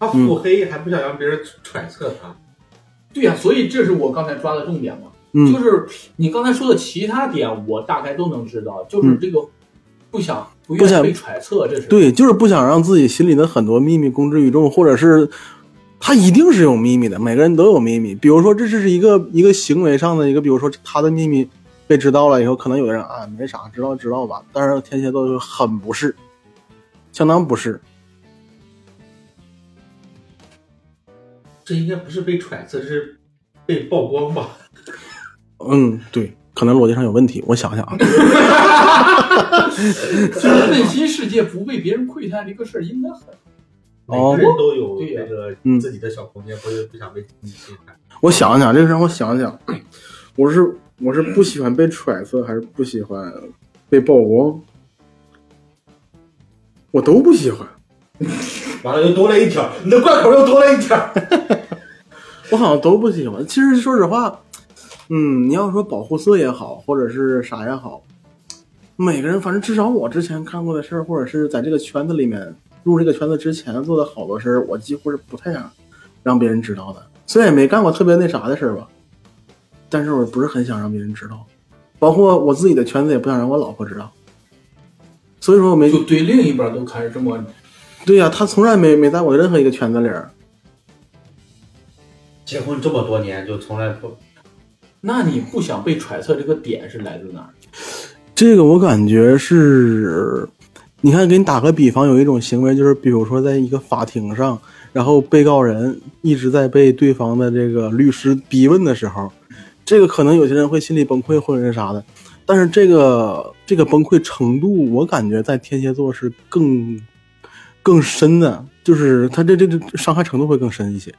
Speaker 2: 他腹黑还不想让别人揣测他，
Speaker 1: 对呀、所以这是我刚才抓的重点嘛，就
Speaker 3: 嗯
Speaker 1: 是你刚才说的其他点，我大概都能知道，就是这个不想、不
Speaker 3: 嗯不
Speaker 1: 愿
Speaker 3: 想
Speaker 1: 意被揣测，这是
Speaker 3: 对，就是不想让自己心里的很多秘密公之于众，或者是他一定是有秘密的，每个人都有秘密。比如说，这是一个一个行为上的一个，比如说他的秘密被知道了以后，可能有的人啊没啥，知道知道吧，但是天蝎座就很不是，相当不是。
Speaker 2: 这应该不是被揣测，这是被曝光吧？
Speaker 3: 嗯，对，可能逻辑上有问题，我想想啊，
Speaker 1: 就是内心世界不被别人窥探这个事儿，应该很
Speaker 2: 每
Speaker 3: 哦
Speaker 2: 个人都有
Speaker 1: 对呀
Speaker 2: 那个
Speaker 3: 嗯
Speaker 2: 自己的小空间，不是不想被你侵犯。
Speaker 3: 我想想，这个让我想想，我是我是不喜欢被揣测，还是不喜欢被曝光？我都不喜欢，
Speaker 2: 完了又多了一条，你的贯口又多了一条。
Speaker 3: 我好像都不喜欢。其实说实话，嗯，你要说保护色也好，或者是啥也好，每个人反正至少我之前看过的事儿，或者是在这个圈子里面入这个圈子之前做的好多事儿，我几乎是不太想让别人知道的。虽然也没干过特别那啥的事儿吧，但是我不是很想让别人知道，包括我自己的圈子也不想让我老婆知道。所以说我没
Speaker 1: 就对另一半都开始这么
Speaker 3: 对呀、她从来没没在我任何一个圈子里儿。
Speaker 2: 结婚这么多年，就从来不
Speaker 1: 那你不想被揣测这个点是来自哪儿？
Speaker 3: 这个我感觉是，你看，给你打个比方，有一种行为就是，比如说在一个法庭上，然后被告人一直在被对方的这个律师逼问的时候，这个可能有些人会心理崩溃或者是啥的，但是这个这个崩溃程度，我感觉在天蝎座是更更深的，就是他这这这伤害程度会更深一些。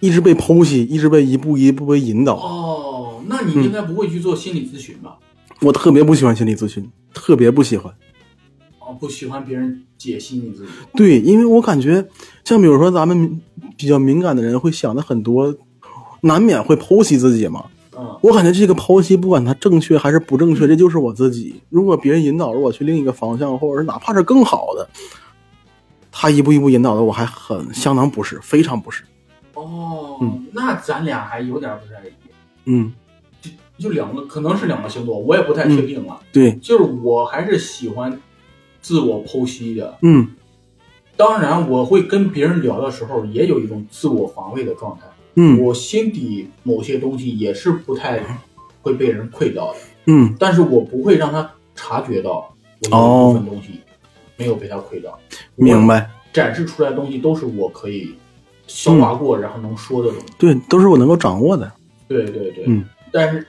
Speaker 3: 一直被剖析，一直被一步一步被引导，
Speaker 1: 哦，那你应该不会去做心理咨询吧？
Speaker 3: 我特别不喜欢心理咨询，特别不喜欢。
Speaker 1: 哦，不喜欢别人解析你自己。
Speaker 3: 对，因为我感觉，像比如说咱们敏比较敏感的人会想的很多，难免会剖析自己嘛。
Speaker 1: 嗯，
Speaker 3: 我感觉这个剖析，不管它正确还是不正确，这就是我自己。如果别人引导了我去另一个方向，或者是哪怕是更好的，他一步一步引导的，我还很相当不适，非常不适。
Speaker 1: 哦，
Speaker 3: 嗯
Speaker 1: 那咱俩还有点不太一样。
Speaker 3: 嗯
Speaker 1: 就两个，可能是两个星座，我也不太确定了。
Speaker 3: 对，
Speaker 1: 就是我还是喜欢自我剖析的。
Speaker 3: 嗯
Speaker 1: 当然，我会跟别人聊的时候，也有一种自我防卫的状态。
Speaker 3: 嗯
Speaker 1: 我心底某些东西也是不太会被人窥到的，
Speaker 3: 嗯，
Speaker 1: 但是我不会让他察觉到我有一部分东西没有被他窥到。
Speaker 3: 哦明，白。
Speaker 1: 展示出来的东西都是我可以消化过，然后能说的东西。
Speaker 3: 对，都是我能够掌握的。
Speaker 1: 对对对，
Speaker 3: 嗯
Speaker 1: 但是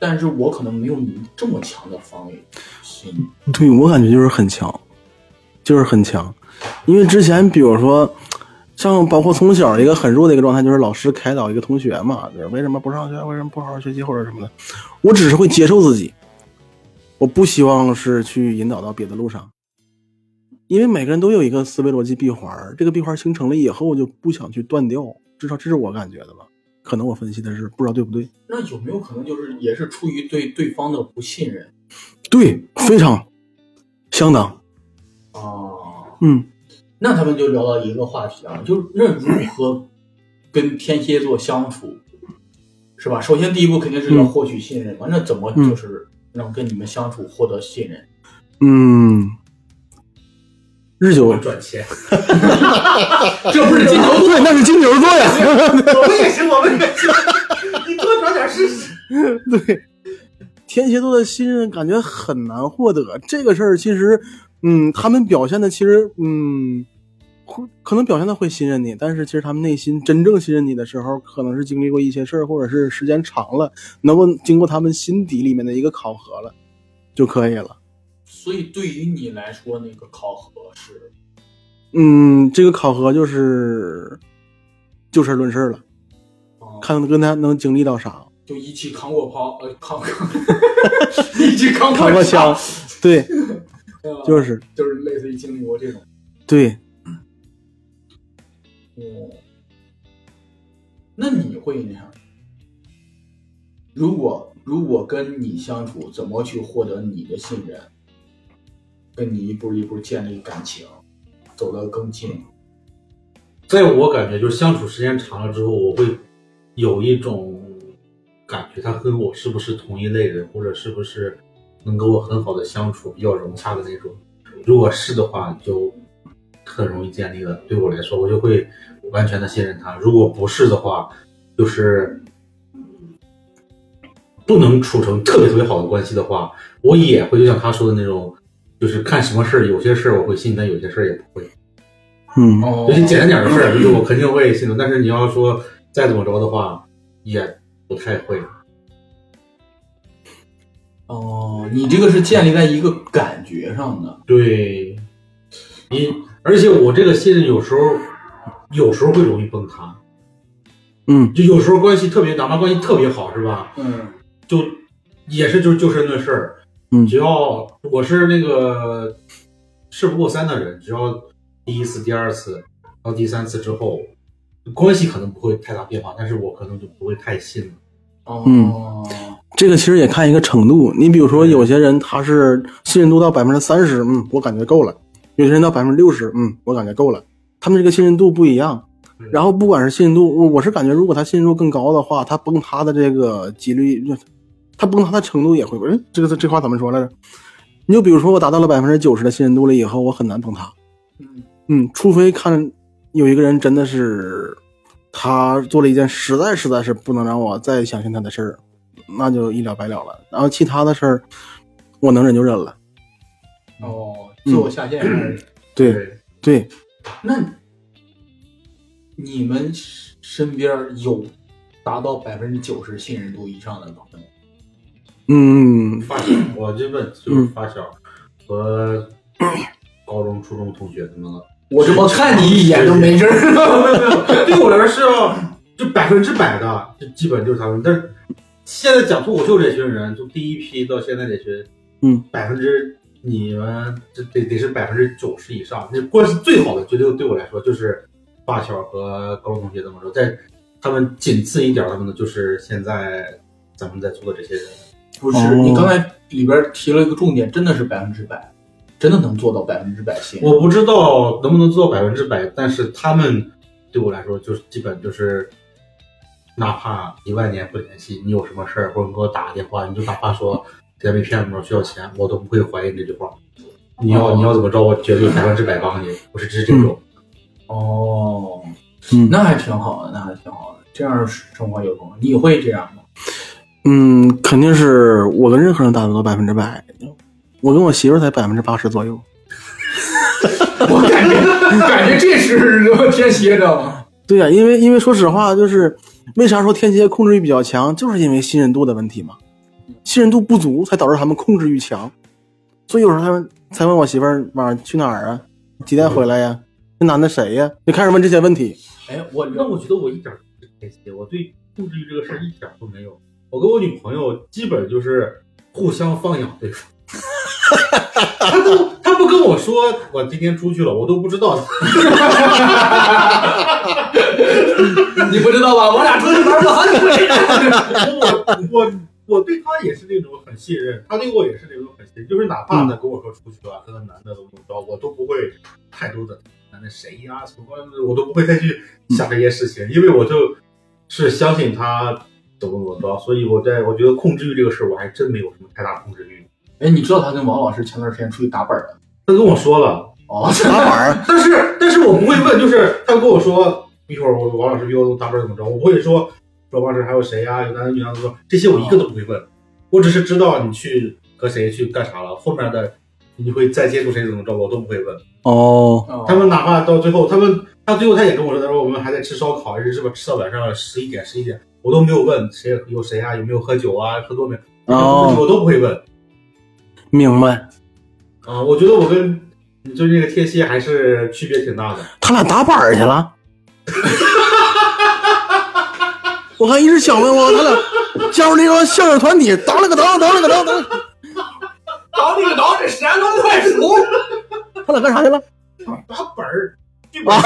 Speaker 1: 但是我可能没有你这么强的防卫心。
Speaker 3: 对我感觉就是很强，就是很强。因为之前比如说，像包括从小一个很弱的一个状态，就是老师开导一个同学嘛，就是为什么不上学，为什么不好好学习或者什么的，我只是会接受自己，我不希望是去引导到别的路上。因为每个人都有一个思维逻辑闭环儿，这个闭环儿形成了以后，我就不想去断掉，至少这是我感觉的吧。可能我分析的是不知道对不对，
Speaker 1: 那有没有可能就是也是出于对对方的不信任
Speaker 3: 对，非常相当，
Speaker 1: 啊？
Speaker 3: 嗯
Speaker 1: 那咱们就聊到一个话题啊，就是那如何跟天蝎座相处，是吧？首先第一步肯定
Speaker 3: 嗯
Speaker 1: 是要获取信任嘛，那怎么就是能跟你们相处获得信任？
Speaker 3: 嗯，日久哦
Speaker 2: 我赚钱，
Speaker 3: 啊
Speaker 1: 这不是金牛
Speaker 3: 对，那是金牛座呀。
Speaker 2: 我们也是，我们也是，你多找点试试。
Speaker 3: 对，天蝎座的信任感觉很难获得。这个事儿其实，嗯，他们表现的其实，嗯，会可能表现的会信任你，但是其实他们内心真正信任你的时候，可能是经历过一些事儿，或者是时间长了，能够经过他们心底里面的一个考核了，就可以了。
Speaker 1: 所以对于你来说，那个考核是
Speaker 3: 嗯，这个考核就是就事论事了，
Speaker 1: 啊，
Speaker 3: 看跟他能经历到啥。
Speaker 1: 就一起扛过炮，呃，扛 过，一起扛
Speaker 3: 扛过枪，对，
Speaker 1: 呃
Speaker 3: 就是
Speaker 1: 就是类似于经历过这种，
Speaker 3: 对。
Speaker 1: 嗯，那你会那样？如果如果跟你相处，怎么去获得你的信任？跟你一步一步建立感情，走得更近。
Speaker 2: 在我感觉，就是相处时间长了之后，我会有一种感觉，他跟我是不是同一类人，或者是不是能跟我很好的相处、比较融洽的那种。如果是的话，就很容易建立了。对我来说，我就会完全的信任他；如果不是的话，就是不能处成特别特别好的关系的话，我也会就像他说的那种，就是看什么事儿，有些事儿我会信，但有些事儿也不会。
Speaker 3: 嗯，
Speaker 1: 哦
Speaker 2: 尤其简单点的事儿，就是我肯定会信的。但是你要说再怎么着的话，也不太会。
Speaker 1: 哦，你这个是建立在一个感觉上的。
Speaker 2: 对，你而且我这个信任有时候，有时候会容易崩塌。
Speaker 3: 嗯
Speaker 2: 就有时候关系特别，哪怕关系特别好，是吧？
Speaker 1: 嗯，
Speaker 2: 就也是就就事论事儿。
Speaker 3: 嗯
Speaker 2: 只要我是那个事不过三的人，只要第一次、第二次到第三次之后，关系可能不会太大变化，但是我可能就不会太信了。
Speaker 1: 哦，
Speaker 3: 这个其实也看一个程度。你比如说，有些人他是信任度到百分之三十，嗯，我感觉够了；有些人到百分之六十，嗯，我感觉够了。他们这个信任度不一样。然后不管是信任度，我我是感觉，如果他信任度更高的话，他崩塌的这个几率，他崩塌的程度也会。哎，这个这话怎么说来着？你就比如说，我达到了百分之九十的信任度了以后，我很难崩塌。
Speaker 1: 嗯
Speaker 3: 嗯，除非看有一个人真的是他做了一件实在实在是不能让我再相信他的事儿，那就一了百了了。然后其他的事儿，我能忍就忍了。
Speaker 1: 哦，自我下线还是
Speaker 3: 对对，
Speaker 1: 那你们身边有达到百分之九十信任度以上的朋友？
Speaker 3: 嗯
Speaker 2: 发小，我这问就是发小和高中、初中同学什么的。
Speaker 1: 我这么看你一眼都没事儿。
Speaker 2: 对我来说是要就百分之百的，就基本就是他们。但是现在讲脱口秀这群人，就第一批到现在这群，
Speaker 3: 嗯，
Speaker 2: 百分之你们这得得是百分之九十以上，那关系最好的绝对对我来说就是发小和高中同学这么说，在他们仅次一点儿他们的就是现在咱们在做的这些人。
Speaker 1: 不是，
Speaker 3: 哦
Speaker 1: 你刚才里边提了一个重点，真的是百分之百，真的能做到百分之百信任。
Speaker 2: 我不知道能不能做到百分之百，但是他们对我来说就是基本就是哪怕一万年不联系，你有什么事儿或者你给我打个电话，你就哪怕说现在被骗了需要钱，我都不会怀疑你这句话。你要你要怎么着，我绝对百分之百帮你，我是支持这种。
Speaker 1: 哦，
Speaker 3: 嗯
Speaker 1: 那还挺好的，那还挺好的，这样生活有用。你会这样吗？
Speaker 3: 嗯，肯定是我跟任何人打不到百分之百，我跟我媳妇儿才百分之八十左右。
Speaker 1: 我感觉，感觉这是天蝎的。
Speaker 3: 对呀、因为因为说实话，就是为啥说天蝎控制欲比较强，就是因为信任度的问题嘛。信任度不足，才导致他们控制欲强。所以有时候他们才问我媳妇儿晚上去哪儿啊，几点回来呀、那男的谁呀、就开始问这些问题。
Speaker 1: 哎，我
Speaker 2: 那我觉得我一点儿都不天蝎，我对控制欲这个事儿一点儿都没有。我跟我女朋友基本就是互相放养对方。她都她不跟我说我今天出去了，我都不知道。
Speaker 1: 你不知道吧？我俩出去玩了，你不知道。
Speaker 2: 我我 我对他也是那种很信任，他对我也是那种很信任，就是哪怕他跟我说出去啊，跟个男的怎么怎么着，我都不会太多的男的谁呀、什么，我都不会再去想这些事情，因为我就是相信他怎么怎么着，所以我在我觉得控制欲这个事儿，我还真没有什么太大控制欲。
Speaker 1: 哎，你知道他跟王老师前段时间出去打本儿了？
Speaker 2: 他跟我说了，
Speaker 1: 哦，
Speaker 3: 打板儿，
Speaker 2: 但是但是我不会问，就是他跟我说一会儿我王老师约我打本怎么着，我不会说说王老师还有谁啊呀、有男的女的怎么着，这些我一个都不会问，我只是知道你去和谁去干啥了，后面的你会再接触谁怎么着，我都不会问。
Speaker 3: 哦，
Speaker 2: 他们哪怕到最后，他们他最后他也跟我说，他说我们还在吃烧烤，还是什么吃到晚上十一点十一点，我都没有问谁有谁啊，有没有喝酒啊，喝多没，
Speaker 3: 哦
Speaker 2: 我都不会问。
Speaker 3: 明白。
Speaker 2: 啊、我觉得我跟你就这个天蝎还是区别挺大的。
Speaker 3: 他俩打板儿去了。 我还一直想问我，他俩加入那个相声团体，当了个当，当了个当，当了个
Speaker 1: 当哦那个当，这山东太熟。
Speaker 3: 他俩干啥去了？
Speaker 2: 打本儿，
Speaker 3: 啊，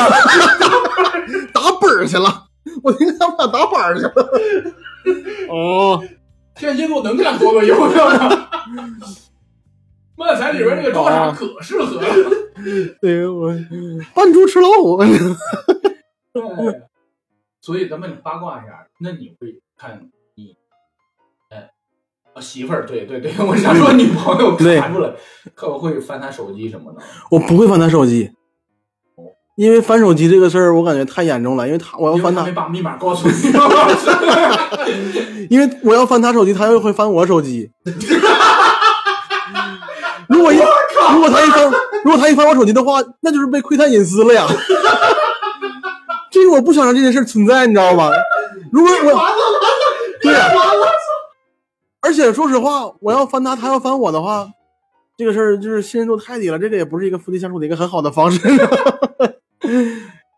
Speaker 3: 打本儿去了。我听他们俩打板儿去了。哦，
Speaker 1: 天蝎座能干多个有没有呢？
Speaker 3: 嗯
Speaker 1: 漫才里边那个赵傻可适合啊了。
Speaker 3: 对我扮猪吃老虎。
Speaker 1: 对所以咱们八卦一下，那你会看你，哎，啊媳妇儿，对对对，我想说女朋友
Speaker 3: 对
Speaker 1: 查出来，可能会翻她手机什么的。
Speaker 3: 我不会翻他手机，因为翻手机这个事儿，我感觉太严重了。因为他我要
Speaker 1: 因为
Speaker 3: 翻
Speaker 1: 她
Speaker 3: 他
Speaker 1: 没，把密码告诉你。
Speaker 3: 因为我要翻他手机，他又会翻我手机。如果一如果他一翻，如果他一翻我手机的话，那就是被窥探隐私了呀。这个我不想让这件事存在，你知道吗？如果我对呀、而且说实话，我要翻他，他要翻我的话，这个事儿就是信任度太低了，这个也不是一个夫妻相处的一个很好的方式。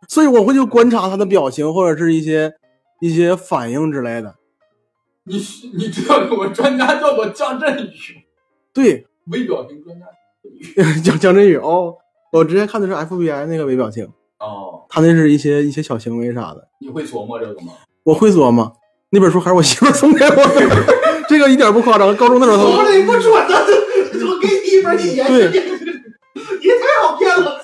Speaker 3: 所以我会去观察他的表情或者是一些一些反应之类的。
Speaker 1: 你你知道我专家叫做姜振宇，
Speaker 3: 对，
Speaker 1: 微表情专家。
Speaker 3: 讲讲真语哦，我之前看的是 FBI 那个微表情，
Speaker 1: 哦，
Speaker 3: 他那是一些一些小行为啥的，
Speaker 1: 你会琢磨这个吗？
Speaker 3: 我会琢磨。那本书还是我媳妇儿送给我的， 这个一点不夸张。高中的时候她，
Speaker 2: 的也不准的，我给你一本，你研
Speaker 3: 究
Speaker 2: 研究，你太好骗了。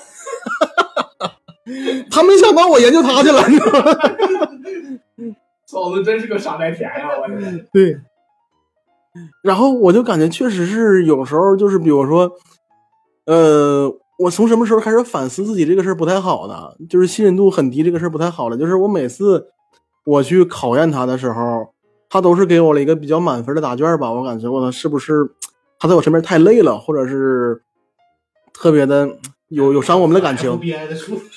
Speaker 3: 他没想到我研究他去了，你知道吗？
Speaker 1: 嫂子真是个傻白甜呀、我觉得。
Speaker 3: 对。然后我就感觉确实是有时候就是，比如说，呃，我从什么时候开始反思自己这个事儿不太好的，就是信任度很低这个事儿不太好了。就是我每次我去考验他的时候，他都是给我了一个比较满分的答卷吧。我感觉我操，是不是他在我身边太累了，或者是特别的有有伤我们的感情？
Speaker 2: FBI 的书，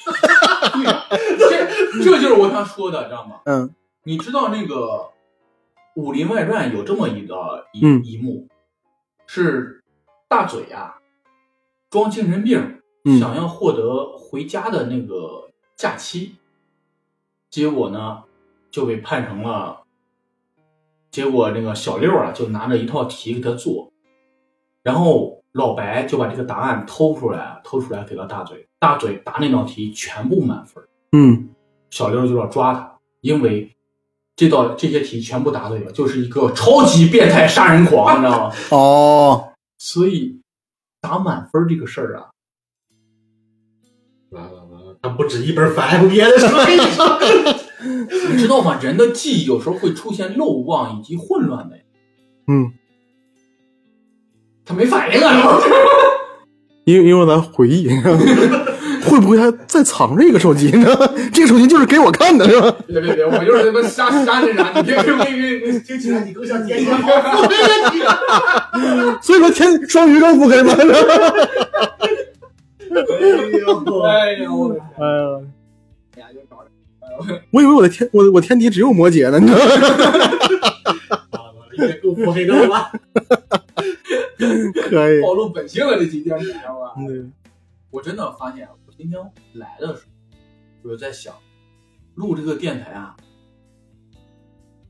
Speaker 1: 这这就是我想说的，知道吗？
Speaker 3: 嗯
Speaker 1: 你知道那个《武林外传》有这么一个一、
Speaker 3: 嗯
Speaker 1: 一幕，是大嘴啊装精神病，
Speaker 3: 嗯
Speaker 1: 想要获得回家的那个假期，结果呢就被判成了。结果那个小六啊，就拿着一套题给他做，然后老白就把这个答案偷出来，偷出来给到大嘴，大嘴答那道题全部满分。
Speaker 3: 嗯
Speaker 1: 小六就要抓他，因为这道这些题全部答对了，就是一个超级变态杀人狂，你知道吗？
Speaker 3: 哦，
Speaker 1: 所以打满分这个事儿啊，
Speaker 2: 完了完了，他不止一本反 FBI 的书，
Speaker 1: 你知道吗？人的记忆有时候会出现漏忘以及混乱的，
Speaker 3: 嗯，
Speaker 1: 他没反应啊，然后
Speaker 3: 因为因为咱回忆， 会不会还在藏这个手机呢？这个手机就是给我看的，是吧？
Speaker 1: 别别别，我就是他妈瞎瞎那啥，你别别别别，听起来你更像天蝎座。
Speaker 3: 所以说天双鱼更不黑嘛。是吧
Speaker 1: 哎呀，我的
Speaker 3: 哎呀，
Speaker 1: 天哎呀，又哎找着
Speaker 3: 我以为我的天，我的我天敌只有摩羯呢，你知道吗？
Speaker 1: 了，我理解够腹黑够了，
Speaker 3: 可以，
Speaker 1: 暴露本性了这几天，你知道吧？
Speaker 3: 嗯
Speaker 1: 我真的发现，我今天来的时候，我就在想，录这个电台啊，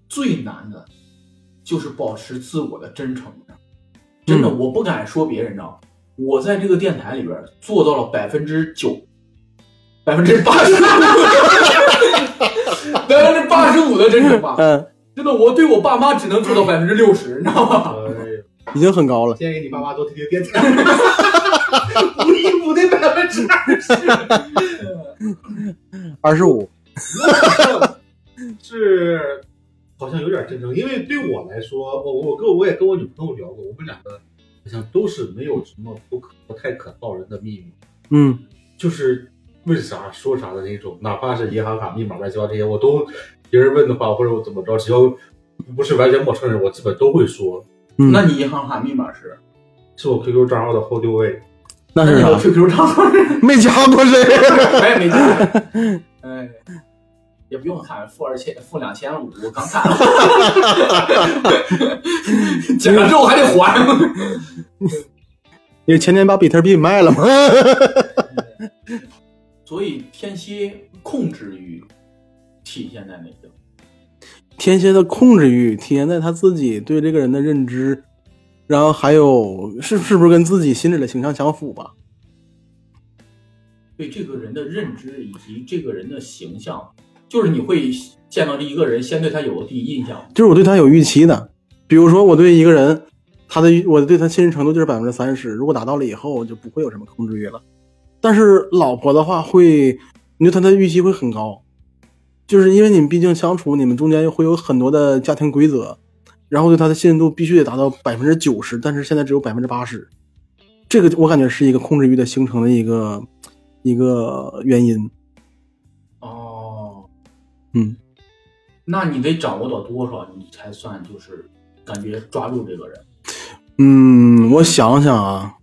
Speaker 1: 最难的就是保持自我的真诚。真的，我不敢说别人，你知道吗？我在这个电台里边做到了百分之九，百分之八十五，百分之八十五的真诚吧。
Speaker 3: 嗯，
Speaker 1: 真的，我对我爸妈只能做到百分之六十，你知道吗？
Speaker 3: 已经很高了。
Speaker 2: 建议你爸妈多听听电台。
Speaker 1: 补一补那百分之二十。
Speaker 3: 二十五，
Speaker 2: 是好像有点真诚，因为对我来说，我我跟我也跟我女朋友聊过，我们两个好像都是没有什么不可不太可告人的秘密，
Speaker 3: 嗯，
Speaker 2: 就是问啥说啥的那种，哪怕是银行卡密码、乱七八糟这些，我都别人问的话或者我怎么着，只要不是完全陌生人，我基本都会说。
Speaker 3: 嗯
Speaker 1: 那你银行卡密码是？
Speaker 2: 是我 QQ 账号的后六位，
Speaker 3: 那
Speaker 1: 那
Speaker 3: 是
Speaker 1: 你有
Speaker 3: 啥？
Speaker 1: QQ 账号？
Speaker 3: 没加过谁？
Speaker 1: 我也 没加。哎，也不用看，负二千，负两千五，我刚看了。减了之后还得还。
Speaker 3: 你前年把比特币卖了吗？
Speaker 1: 所以天蝎控制欲体现在哪个？
Speaker 3: 天蝎的控制欲体现在他自己对这个人的认知，然后还有是是不是跟自己心里的形象相符吧？
Speaker 1: 对这个人的认知以及这个人的形象，就是你会见到这一个人，先对他有个第一印象。
Speaker 3: 就是我对他有预期的，比如说我对一个人，他的我对他信任程度就是百分之三十，如果达到了以后，我就不会有什么控制欲了。但是老婆的话会，你对她的预期会很高，就是因为你们毕竟相处，你们中间会有很多的家庭规则，然后对她的信任度必须得达到百分之九十，但是现在只有百分之八十，这个我感觉是一个控制欲的形成的一个一个原因。
Speaker 1: 哦，
Speaker 3: 嗯，
Speaker 1: 那你得掌握到多少，你才算就是感觉抓住这个人？
Speaker 3: 嗯，我想想啊，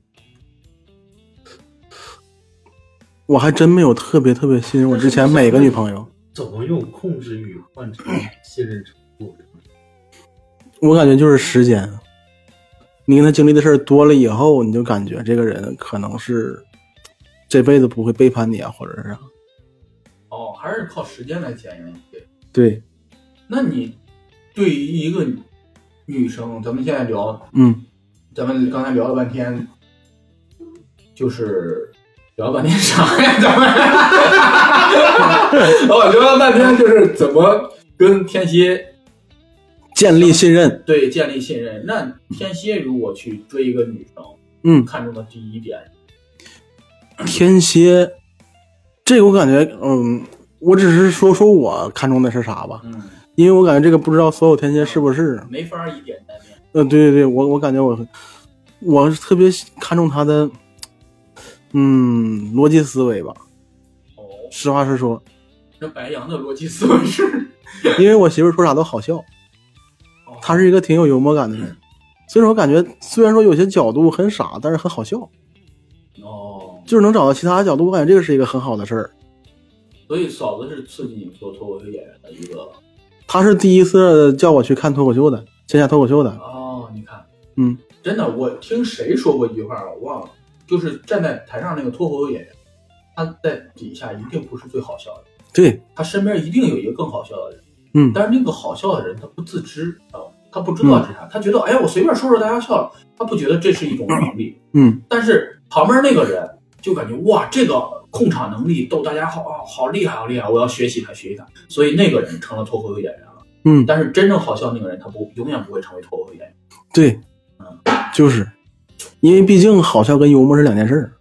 Speaker 3: 我还真没有特别特别信任我之前每个女朋友，
Speaker 2: 怎么用控制欲换成信任程度？
Speaker 3: 我感觉就是时间。你跟他经历的事儿多了以后，你就感觉这个人可能是这辈子不会背叛你啊，或者是啥
Speaker 1: 哦，还是靠时间来检验。对，
Speaker 3: 对，
Speaker 1: 那你对于一个女生，咱们现在聊，
Speaker 3: 嗯
Speaker 1: 咱们刚才聊了半天，就是聊了半天啥呀？咱们， 哦，聊了半天就是怎么跟天蝎
Speaker 3: 建立信任，
Speaker 1: 对建立信任。那天蝎如果去追一个女生，
Speaker 3: 嗯，
Speaker 1: 看中的第一点，
Speaker 3: 天蝎，这个我感觉，嗯，我只是说说我看中的是啥吧，
Speaker 1: 嗯，
Speaker 3: 因为我感觉这个不知道所有天蝎是不是，
Speaker 1: 没法一点单恋。
Speaker 3: 呃，对对对，我我感觉我我是特别看重他的，嗯，逻辑思维吧。
Speaker 1: 哦，
Speaker 3: 实话实说，
Speaker 1: 那白羊的逻辑思维是，
Speaker 3: 因为我媳妇儿说啥都好笑，
Speaker 1: 哦
Speaker 3: 她是一个挺有幽默感的人，所以说我感觉虽然说有些角度很傻，但是很好笑，
Speaker 1: 哦，
Speaker 3: 就是能找到其他角度，我感觉这个是一个很好的事儿。
Speaker 1: 所以嫂子是刺激你做脱口秀演员的一个
Speaker 3: 她是第一次叫我去看脱口秀的，线下脱口秀的，
Speaker 1: 哦，你看，
Speaker 3: 嗯，
Speaker 1: 真的，我听谁说过一句话，我忘了，就是站在台上那个脱口秀演员，他在底下一定不是最好笑的，
Speaker 3: 对，
Speaker 1: 他身边一定有一个更好笑的人，
Speaker 3: 嗯
Speaker 1: 但是那个好笑的人他不自知啊，他不知道这啥，他觉得哎，我随便说说大家笑了，他不觉得这是一种能力，
Speaker 3: 嗯，
Speaker 1: 但是旁边那个人就感觉哇，这个控场能力逗大家好啊，好厉害，好厉害，我要学习他，学习他，所以那个人成了脱口秀演员了。
Speaker 3: 嗯
Speaker 1: 但是真正好笑那个人，他不永远不会成为脱口秀演员。
Speaker 3: 对，就是因为毕竟好笑跟幽默是两件事儿。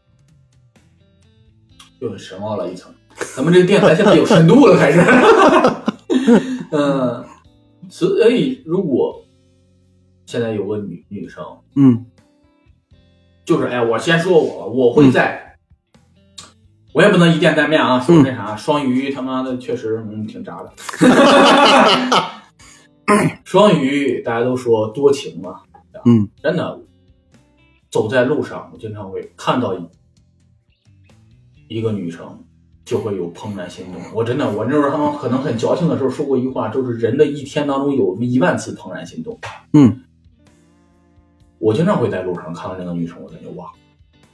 Speaker 1: 又很深奥了一层。咱们这个电台现在有深度了，开始。嗯，所以如果现在有个女女生，
Speaker 3: 嗯
Speaker 1: 就是哎，我先说我，我会在，我也不能一见再面啊，说那啥，双鱼他妈的确实嗯挺渣的，双鱼大家都说多情嘛，
Speaker 3: 嗯，
Speaker 1: 真的，走在路上我经常会看到一一个女生。就会有怦然心动。我真的，我那时候他们可能很矫情的时候说过一句话，就是人的一天当中有一万次怦然心动。
Speaker 3: 嗯，
Speaker 1: 我经常会在路上看到那个女生，我感觉哇，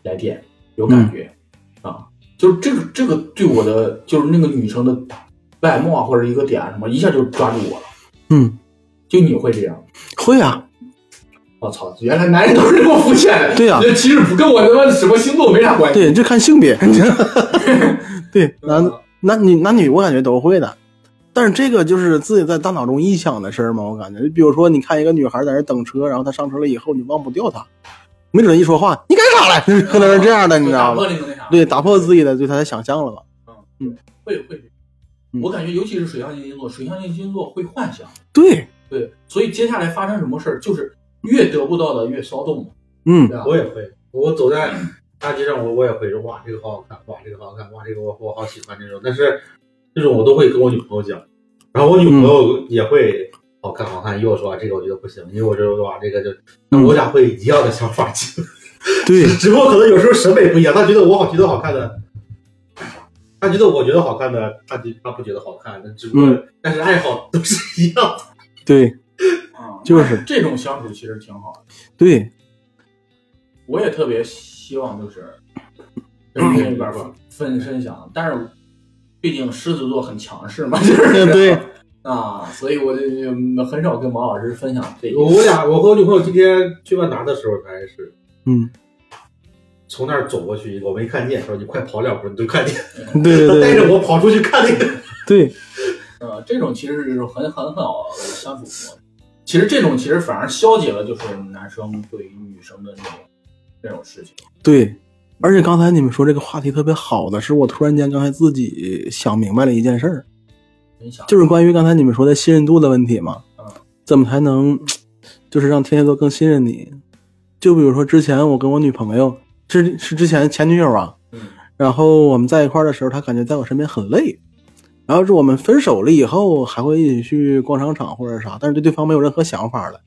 Speaker 1: 来电有感觉、啊，就是这个这个对我的就是那个女生的外貌啊或者一个点啊什么，一下就抓住我了。
Speaker 3: 嗯，
Speaker 1: 就你会这样？
Speaker 3: 会啊，
Speaker 1: 我、操！原来男人都是这么肤浅的。
Speaker 3: 对呀
Speaker 1: 这其实不跟我他妈什么星座没啥关系。
Speaker 3: 对，这看性 别，对，男
Speaker 1: 嗯
Speaker 3: 男女男女，我感觉都会的。但是这个就是自己在大脑中臆想的事儿嘛，我感觉。比如说，你看一个女孩在那等车，然后她上车了以后，你忘不掉她，没准一说话，你干啥来？ 就是可能是这样啊的，你知
Speaker 1: 就打
Speaker 3: 道吗？
Speaker 1: 破那个那啥。
Speaker 3: 对，打破自己的对她的想象了吧？
Speaker 1: 会会这
Speaker 3: 嗯
Speaker 1: 样。我感觉尤其是水象星座，水象星座会幻想，
Speaker 3: 对，
Speaker 1: 对，所以接下来发生什么事儿，就是越得不到的越骚动嘛，
Speaker 3: 嗯
Speaker 1: 对吧？
Speaker 2: 我也会，我走在大街上，我我也会说哇，这个好好看，哇，这个好好看，哇，这个我我好喜欢这种。但是这种我都会跟我女朋友讲，然后我女朋友也会好看好看，又说、啊、这个我觉得不行，因为我觉得哇，这个就那我俩会一样的想法，
Speaker 3: 对，
Speaker 2: 只不过可能有时候审美不一样，她觉得我好觉得好看的。她觉得我觉得好看的，她就她不觉得好看，那只不过、
Speaker 3: 嗯
Speaker 2: 但是爱好都是一样的。
Speaker 3: 对，
Speaker 1: 啊，
Speaker 3: 就是
Speaker 1: 这种相处其实挺好的。
Speaker 3: 对，
Speaker 1: 我也特别希望就是跟另一半吧分分享，但是毕竟狮子座很强势嘛， 就是
Speaker 3: 嗯对
Speaker 1: 啊，所以我就就很少跟毛老师分享这一
Speaker 2: 我俩，我和我女朋友今天去万达的时候，她也是
Speaker 3: 嗯，
Speaker 2: 从那儿走过去一个，我没看见，说你快跑两步，你就看见。
Speaker 3: 对对
Speaker 2: 他 带
Speaker 3: 对
Speaker 2: 着我跑出去看那个。
Speaker 3: 对，
Speaker 1: 呃，这种其实是很很很好的相处模式。其实这种其实反而消解了，就是男生对于女生的那种那种事情。
Speaker 3: 对，而且刚才你们说这个话题特别好的是，我突然间刚才自己想明白了一件事儿，
Speaker 1: 你想，
Speaker 3: 就是关于刚才你们说的信任度的问题嘛
Speaker 1: 嗯。
Speaker 3: 怎么才能，就是让天蝎座更信任你？就比如说之前我跟我女朋友，是是之前前女友啊，
Speaker 1: 嗯
Speaker 3: 然后我们在一块儿的时候，她感觉在我身边很累。然后是我们分手了以后，还会一起去逛商场或者啥，但是对对方没有任何想法了。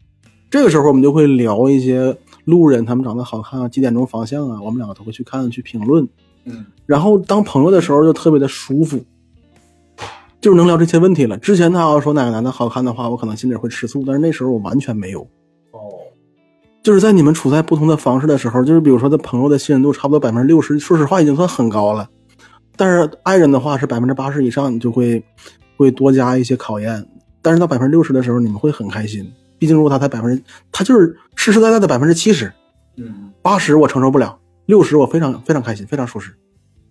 Speaker 3: 这个时候我们就会聊一些路人他们长得好看啊，几点钟方向啊，我们两个都会去看去评论。
Speaker 1: 嗯，
Speaker 3: 然后当朋友的时候就特别的舒服，就是能聊这些问题了。之前他要说哪个男的好看的话，我可能心里会吃醋，但是那时候我完全没有。
Speaker 1: 哦，
Speaker 3: 就是在你们处在不同的方式的时候，就是比如说在朋友的信任度差不多百分之六十，说实话已经算很高了，但是爱人的话是百分之八十以上，你就会会多加一些考验。但是到百分之六十的时候，你们会很开心，毕竟如果他才百分之，他就是实实在在的百分之七十、
Speaker 1: 嗯
Speaker 3: 八十我承受不了，六十我非常非常开心，非常舒适，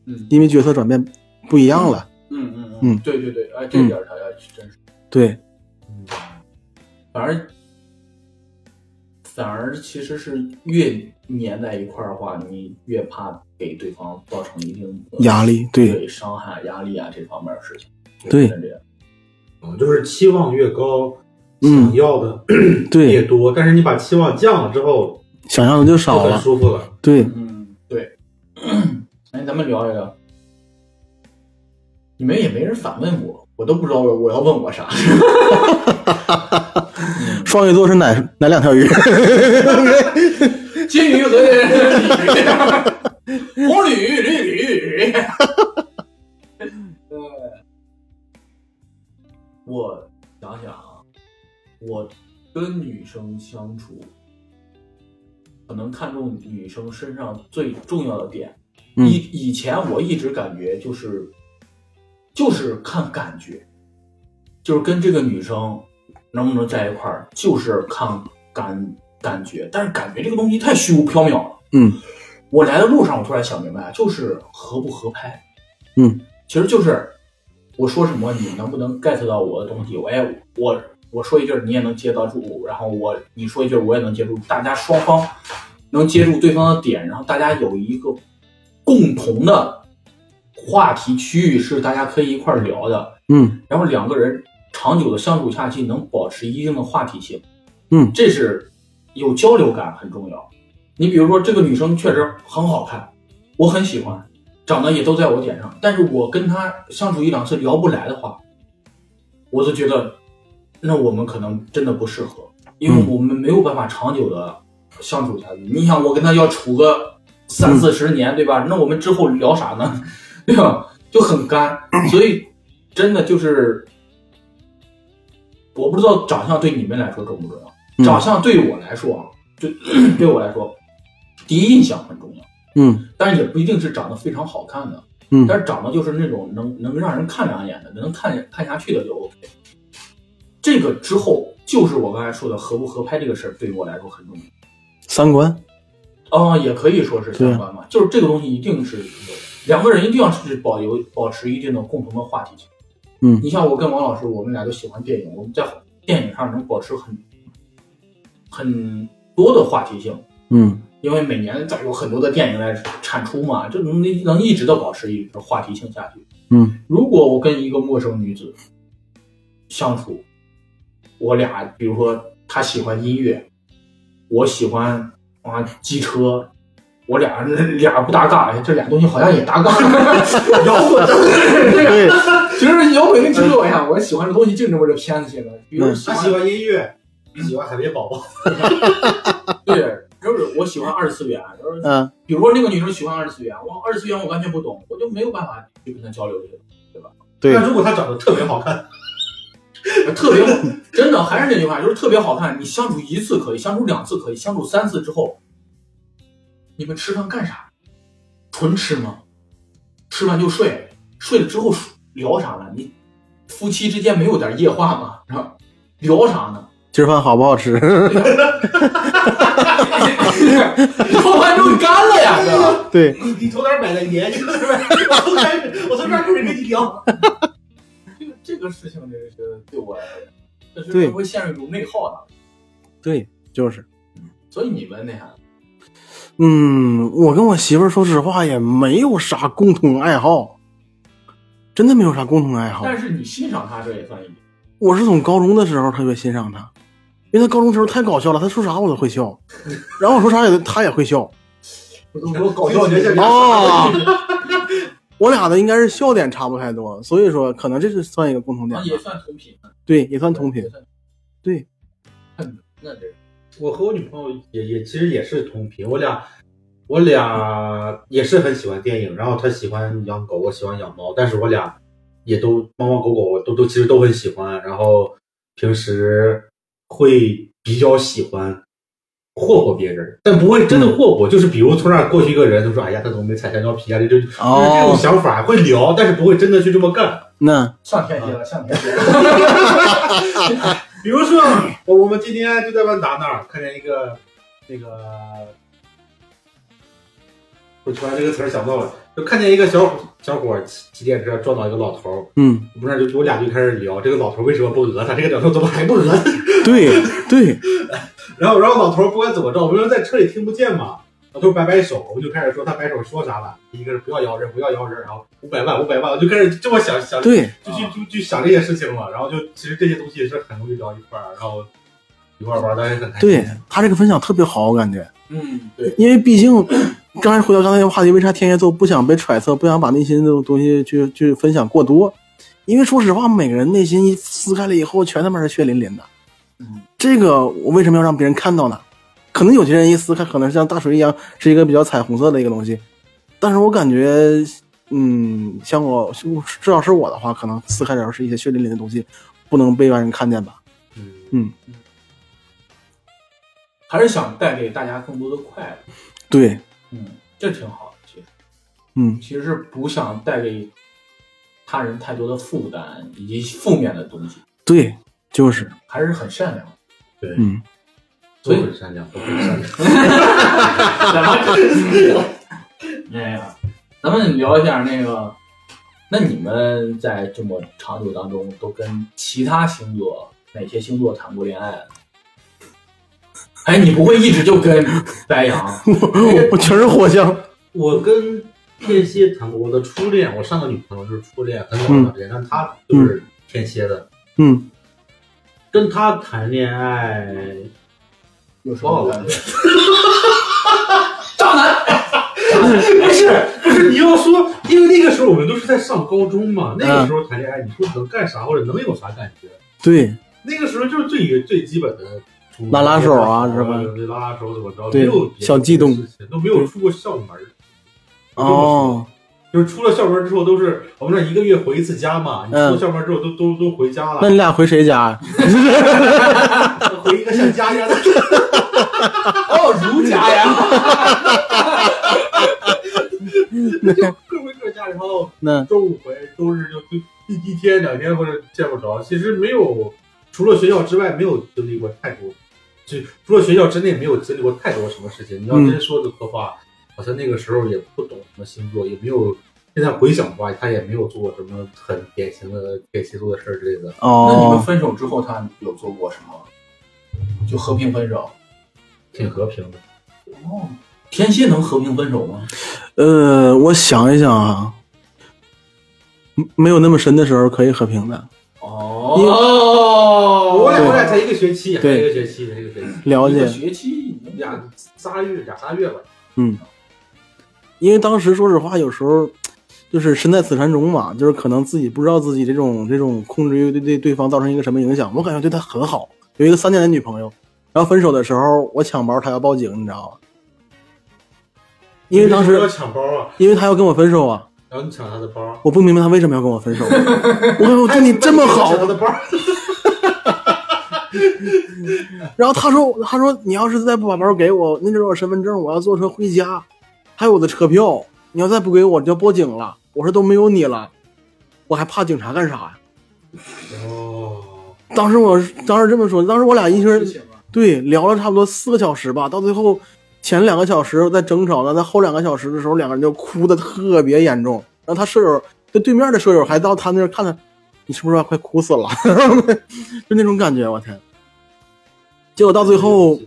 Speaker 1: 嗯
Speaker 3: 因为角色转变不一样了。
Speaker 1: 嗯嗯
Speaker 3: 嗯
Speaker 1: 嗯，对对对，哎，这点儿他要真是，
Speaker 3: 对，
Speaker 1: 反而反而其实是越粘在一块儿的话，你越怕给对方造成一定的
Speaker 3: 压力，对
Speaker 1: 对伤害、压力啊这方面的事情。
Speaker 3: 对
Speaker 1: 是这样。
Speaker 2: 哦就是期望越高，
Speaker 3: 嗯
Speaker 2: 想要的越
Speaker 3: 对，
Speaker 2: 多，但是你把期望降了之后，
Speaker 3: 想象的就
Speaker 2: 就
Speaker 3: 少
Speaker 2: 很
Speaker 3: 了，
Speaker 2: 舒服了。
Speaker 3: 对，
Speaker 1: 嗯，对。 哎，咱们聊一聊。你们也没人反问我，我都不知道我要问我啥。
Speaker 3: 双鱼座是哪哪 两条鱼？
Speaker 1: 金鱼和鲤鱼，红鲤鱼、绿鲤鱼。呃，我想想啊，我跟女生相处，可能看重女生身上最重要的点。
Speaker 3: 嗯
Speaker 1: 以以前我一直感觉就是，就是看感觉，就是跟这个女生能不能在一块儿，就是看感感觉。但是感觉这个东西太虚无缥缈了。
Speaker 3: 嗯
Speaker 1: 我来的路上，我突然想明白，就是合不合拍。
Speaker 3: 嗯，
Speaker 1: 其实就是我说什么，你能不能 get 到我的东西？我也我我说一句，你也能接得住，然后我你说一句，我也能接住，大家双方能接住对方的点，然后大家有一个共同的话题区域是大家可以一块儿聊的，
Speaker 3: 嗯
Speaker 1: 然后两个人长久的相处下去，能保持一定的话题性。
Speaker 3: 嗯
Speaker 1: 这是有交流感很重要。你比如说，这个女生确实很好看，我很喜欢，长得也都在我点上，但是我跟她相处一两次聊不来的话，我就觉得，那我们可能真的不适合，因为
Speaker 3: 嗯
Speaker 1: 我们没有办法长久的相处下去。你想，我跟她要处个三
Speaker 3: 嗯
Speaker 1: 四十年，对吧？那我们之后聊啥呢？ 对吧？就很干，所以真的就是，我不知道长相对你们来说重不重要。
Speaker 3: 嗯
Speaker 1: 长相对我来说啊，对 对我来说，第一印象很重要，
Speaker 3: 嗯
Speaker 1: 但是也不一定是长得非常好看的，
Speaker 3: 嗯
Speaker 1: 但是长得就是那种能能让人看两眼的，能看看下去的就 OK。这个之后就是我刚才说的合不合拍这个事儿，对于我来说很重要。
Speaker 3: 三观，
Speaker 1: 啊、也可以说是
Speaker 3: 对
Speaker 1: 相关嘛，就是这个东西一定是有两个人一定要是保留保持一定的共同的话题性。
Speaker 3: 嗯
Speaker 1: 你像我跟王老师，我们俩都喜欢电影，我们在电影上能保持很很多的话题性，
Speaker 3: 嗯
Speaker 1: 因为每年在有很多的电影来产出嘛，就能能一直的保持一个话题性下去。
Speaker 3: 嗯
Speaker 1: 如果我跟一个陌生女子相处，我俩比如说她喜欢音乐，我喜欢啊机车，我俩俩不搭嘎，这俩东西好像也搭嘎。 摇滚，
Speaker 3: 对，
Speaker 1: 其实摇滚跟听我一样，我喜欢的东西就这么这偏些的，比如喜
Speaker 2: 他
Speaker 1: 欢
Speaker 2: 喜欢音乐，喜欢海绵宝宝，
Speaker 1: 对，就是我喜欢二次元，就是
Speaker 3: 嗯
Speaker 1: 比如说那个女生喜欢二次元，我二次元我完全不懂，我就没有办法去跟她交流这个。
Speaker 3: 对
Speaker 2: 但如果他长得特别好看，
Speaker 1: 特别真的还是那句话，就是特别好看。你相处一次可以，相处两次可以，相处三次之后，你们吃饭干啥？纯吃吗？吃完就睡，睡了之后聊啥呢？你夫妻之间没有点夜话吗？是吧？聊啥呢？
Speaker 3: 今儿饭好不好吃？
Speaker 1: 聊完之后干了哎呀，对吧？
Speaker 3: 对，
Speaker 2: 你你从哪儿买的盐？就是 我从开始，我从这儿开始跟你聊。
Speaker 1: 这个这个事情，这个对我来说，这
Speaker 3: 对
Speaker 1: 是会陷入一种内耗的。
Speaker 3: 对，就是，
Speaker 1: 所以你们那啥，
Speaker 3: 嗯，我跟我媳妇儿说实话也没有啥共同爱好，真的没有啥共同爱好。
Speaker 1: 但是你欣赏他，这也算一点。
Speaker 3: 我是从高中的时候特别欣赏她，因为她高中时候太搞笑了，她说啥我都会笑，然后我说啥也她也会 笑。
Speaker 1: 我都说搞 笑，你这
Speaker 3: 哦，我俩的应该是笑点差不太多，所以说可能这是算一个共同
Speaker 1: 那
Speaker 3: 点吧。
Speaker 1: 也算同频。
Speaker 3: 对，也 算同频。。对，
Speaker 1: 嗯，那这
Speaker 2: 我和我女朋友也也其实也是同频，我俩我俩也是很喜欢电影，然后她喜欢养狗，我喜欢养猫，但是我俩也都猫猫狗狗我都都其实都很喜欢，然后平时会比较喜欢。霍霍别人，但不会真的霍霍，就是比如从那儿过去一个人，就说：“哎呀，他怎么没踩香蕉皮啊？”这就就是这种
Speaker 3: 哦，
Speaker 2: 想法会聊，但是不会真的去这么干。
Speaker 3: 那
Speaker 1: 上天界了，上天界了。
Speaker 2: 比如说，我我们今天就在万达那儿看见一个那个，我突然这个词儿想不到了，就看见一个小伙小伙儿骑骑电车撞到一个老头儿，
Speaker 3: 嗯，
Speaker 2: 我们那儿就我俩就开始聊这个老头儿为什么不讹他，这个老头儿怎么还不讹 他？
Speaker 3: 对对，
Speaker 2: 然后然后老头儿不管怎么着，我们说在车里听不见嘛，老头儿摆摆手，我们就开始说他摆手说啥了，一个是不要摇人，不要摇人，然后五百万五百万，我就开始这么想想
Speaker 3: 对，
Speaker 2: 就去就去想这些事情了，然后就其实这些东西也是很容易聊一块儿，然后一块儿玩的也很开心。
Speaker 3: 对他这个分享特别好，我感觉，
Speaker 1: 嗯，对，
Speaker 3: 因为毕竟刚才回到刚才的话题，为啥天蝎座不想被揣测，不想把内心这种东西去去分享过多？因为说实话，每个人内心一撕开了以后，全他妈是血淋淋的。
Speaker 1: 嗯，
Speaker 3: 这个我为什么要让别人看到呢？可能有些人一撕开，可能像大锤一样是一个比较彩虹色的一个东西，但是我感觉，嗯，像我至少是我的话，可能撕开的时候是一些血淋淋的东西，不能被外人看见吧。
Speaker 2: 嗯，
Speaker 1: 还是想带给大家更多的快乐。
Speaker 3: 对，
Speaker 1: 嗯，这挺好的。其实，
Speaker 3: 嗯，
Speaker 1: 其实是不想带给他人太多的负担以及负面的东西，
Speaker 3: 对，就是，
Speaker 1: 还是很善良。
Speaker 3: 嗯，
Speaker 2: 所
Speaker 1: 所以
Speaker 2: 以很善良，都很善良。
Speaker 1: 哎呀，咱们聊一下那个，那你们在这么长久当中，都跟其他星座哪些星座谈过恋爱？哎，你不会一直就跟白羊？
Speaker 3: 我我全是火象。
Speaker 2: 我跟天蝎谈过，我的初恋，我上个女朋友就是初恋，很早很长时间，但她就是天蝎的，
Speaker 3: 嗯，
Speaker 2: 跟他谈恋爱，
Speaker 1: 有什
Speaker 2: 么好
Speaker 1: 感
Speaker 2: 感
Speaker 1: 觉？
Speaker 2: 不 是不是，你要说，因为那个时候我们都是在上高中嘛，那个时候谈恋爱，你不能干啥或者能有啥感觉？
Speaker 3: 对，
Speaker 2: 那个时候就是最最基本的出
Speaker 3: 拉拉手啊是吧
Speaker 2: 对呃拉拉手怎么着？
Speaker 3: 对
Speaker 2: 没有别的
Speaker 3: 小悸动
Speaker 2: 事情，都没有出过校门儿。
Speaker 3: 哦，
Speaker 2: 就是出了校门儿之后，都是我们那一个月回一次家嘛。你出
Speaker 3: 嗯
Speaker 2: 了校门儿之后都，都都回家了
Speaker 3: 那。你俩回谁家？
Speaker 2: 回一个像家一 样的，
Speaker 1: 哦，儒家呀，
Speaker 2: 各回各家，然后
Speaker 3: 那
Speaker 2: 周五回，周日就就一一天两天或者见不着。其实没有，除了学校之外，没有经历过太多，就除了学校之内，没有经历过太多什么事情。你要
Speaker 3: 嗯
Speaker 2: 真说的的话，好像那个时候也不懂什么星座，也没有。现在回想的话，他也没有做过什么很典型的天蝎座的事儿之类的。
Speaker 1: 那你们
Speaker 3: 哦，
Speaker 1: 分手之后，他有做过什么？就和平分手。
Speaker 2: 挺和平的。
Speaker 1: 哦，天蝎能和平分手吗？
Speaker 3: 呃，我想一想啊，嗯没有那么深的时候可以和平的
Speaker 1: 哦，
Speaker 2: 我俩我俩才一个学期，才
Speaker 3: 对
Speaker 2: 一个学期，才一个学期，
Speaker 3: 了
Speaker 1: 一个
Speaker 3: 解，
Speaker 1: 学期，你们俩
Speaker 2: 俩仨月俩仨月吧。
Speaker 3: 因为当时说实话，有时候就是身在此山中嘛，就是可能自己不知道自己这种这种控制欲对对对方造成一个什么影响。我感觉对他很好，有一个三年的女朋友，然后分手的时候我抢包，他要报警，你知道吗？因为当
Speaker 2: 你要
Speaker 3: 时
Speaker 2: 抢包啊，
Speaker 3: 因为他要跟我分手啊，
Speaker 2: 然后你抢他的包，
Speaker 3: 我不明白他为什么要跟我分手。我感觉我对你这么好
Speaker 2: 抢，他的包。
Speaker 3: 然后他说：“他说你要是再不把包给我，那就是我身份证，我要坐车回家，还有我的车票。你要再不给我，就要报警了。”我说：“都没有你了，我还怕警察干啥呀
Speaker 2: 哦，？”
Speaker 3: 当时我是当时这么说，当时我俩一
Speaker 1: 之
Speaker 3: 直
Speaker 1: 前吧
Speaker 3: 对聊了差不多四个小时吧，到最后前两个小时在争吵呢，在后两个小时的时候，两个人就哭的特别严重。然后他舍友，就对面的舍友还到他那儿看他，你是不是快哭死了？ 就那种感觉，我天！结果到最后。
Speaker 2: 哦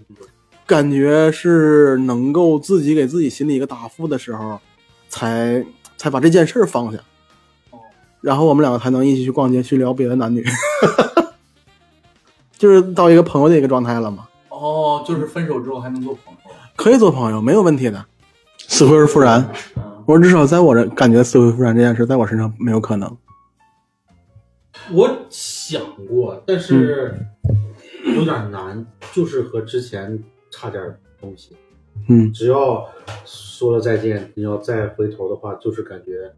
Speaker 3: 感觉是能够自己给自己心里一个答复的时候，才才把这件事儿放下
Speaker 1: 哦。
Speaker 3: 然后我们两个才能一起去逛街，去聊别的男女， 就是到一个朋友的一个状态了嘛，
Speaker 1: 哦，就是分手之后还能做朋友。
Speaker 3: 可以做朋友，没有问题的，死灰复燃。
Speaker 1: 嗯，
Speaker 3: 我至少在我这感觉死灰复燃这件事，在我身上没有可能。
Speaker 2: 我想过，但是有点难，就是和之前差点东西。
Speaker 3: 嗯
Speaker 2: 只要说了再见，你要再回头的话，就是感觉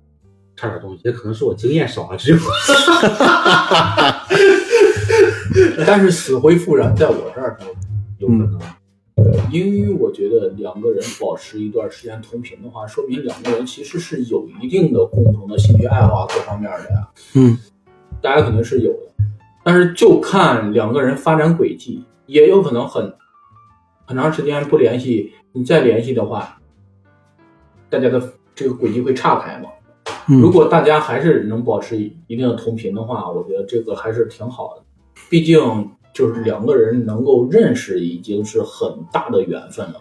Speaker 2: 差点东西。也可能是我经验少啊，只有
Speaker 1: 但是死灰复燃在我这儿呢，
Speaker 2: 有可能。
Speaker 1: 因为我觉得两个人保持一段时间同频的话，说明两个人其实是有一定的共同的兴趣爱好啊各方面的呀，
Speaker 3: 嗯
Speaker 1: 大家肯定是有的。但是就看两个人发展轨迹，也有可能很很长时间不联系，你再联系的话，大家的这个轨迹会岔开嘛。如
Speaker 3: 嗯
Speaker 1: 果大家还是能保持一定的同频的话，我觉得这个还是挺好的。毕竟就是两个人能够认识，已经是很大的缘分了。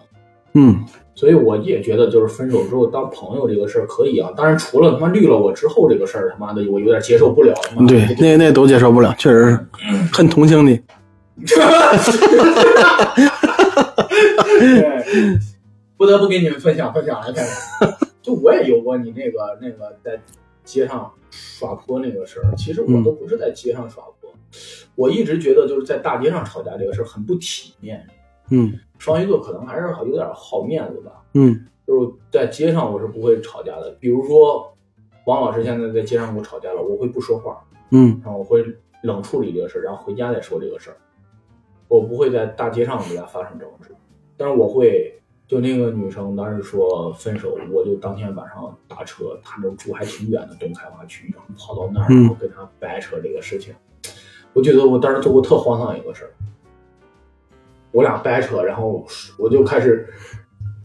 Speaker 3: 嗯，
Speaker 1: 所以我也觉得，就是分手之后当朋友这个事儿可以啊。当然，除了他妈绿了我之后这个事儿，他妈的我有点接受不了。他妈的
Speaker 3: 对，那那都接受不了，确实是，很同情你。
Speaker 1: 对，不得不给你们分享分享来看看。就我也有过你那个 那个在街上耍泼那个事儿，其实我都不是在街上耍泼，我一直觉得就是在大街上吵架这个事儿很不体面。
Speaker 3: 嗯
Speaker 1: 双鱼座可能还是有点好面子吧，
Speaker 3: 嗯
Speaker 1: 就是在街上我是不会吵架的。比如说，王老师现在在街上跟我吵架了，我会不说话，
Speaker 3: 嗯
Speaker 1: 然后我会冷处理这个事儿，然后回家再说这个事儿。我不会在大街上给他发生争执，但是我会就那个女生当时说分手，我就当天晚上打车，她这住还挺远的东开发区，然后跑到那儿，
Speaker 3: 嗯
Speaker 1: 然后跟她掰扯这个事情。我觉得我当时做过特荒唐一个事儿，我俩掰扯，然后我就开始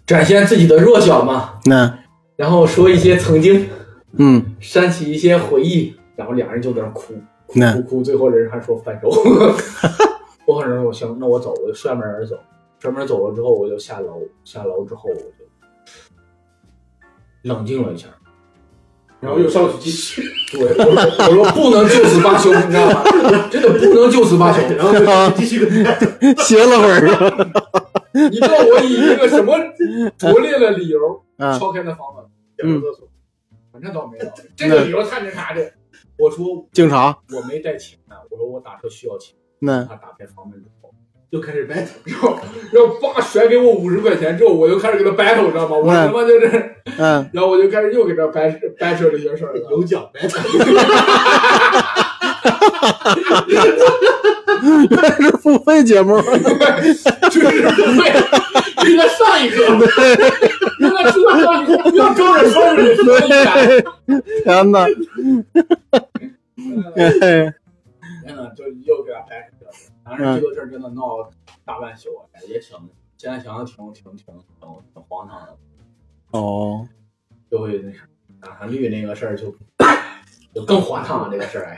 Speaker 1: 展现自己的弱小嘛，
Speaker 3: 那
Speaker 1: 然后说一些曾经，
Speaker 3: 嗯
Speaker 1: 煽起一些回忆，然后俩人就在那儿哭，哭
Speaker 3: 那
Speaker 1: 哭哭，最后人还说分手。 我可能我行，那我走，我就摔门而走。摔门走了之后，我就下楼，下楼之后我就冷静了一下，然后又上去继续。对，我说我说不能就此罢休，你知道吗？真的不能就此罢休。
Speaker 2: 然后就继续跟他
Speaker 3: 歇了会儿，
Speaker 1: 你知道我以一个什么拙劣的理由
Speaker 3: 啊，
Speaker 1: 敲开那房门，
Speaker 2: 讲厕所，
Speaker 1: 反正倒没有。这个理由看着啥的？我说
Speaker 3: 警察
Speaker 1: 我没带钱啊，我说我打车需要钱。
Speaker 3: 那
Speaker 1: 他打开房门之后，
Speaker 2: 就开始 battle。
Speaker 1: 然后然后爸甩给我五十块钱之后，我就开始跟他 battle，你知道吗？我他妈就是，
Speaker 3: 嗯，
Speaker 1: 然后我就开始又给他 battle battle 这些事儿了。
Speaker 2: 有奖 battle，
Speaker 3: 原来是付费节目，
Speaker 1: 就是不会，跟他上一 课，跟他出来上一课，不要装着说着说一下。
Speaker 3: 天哪！哎
Speaker 1: 真的就又给他掰扯了。反正
Speaker 2: 嗯
Speaker 1: 这个事儿真的闹大半宿，哎也挺现在想想挺挺挺挺挺荒唐的，
Speaker 3: 哦，
Speaker 1: 就会那啥，打上绿那个事儿就就更荒唐了。这个事儿，哎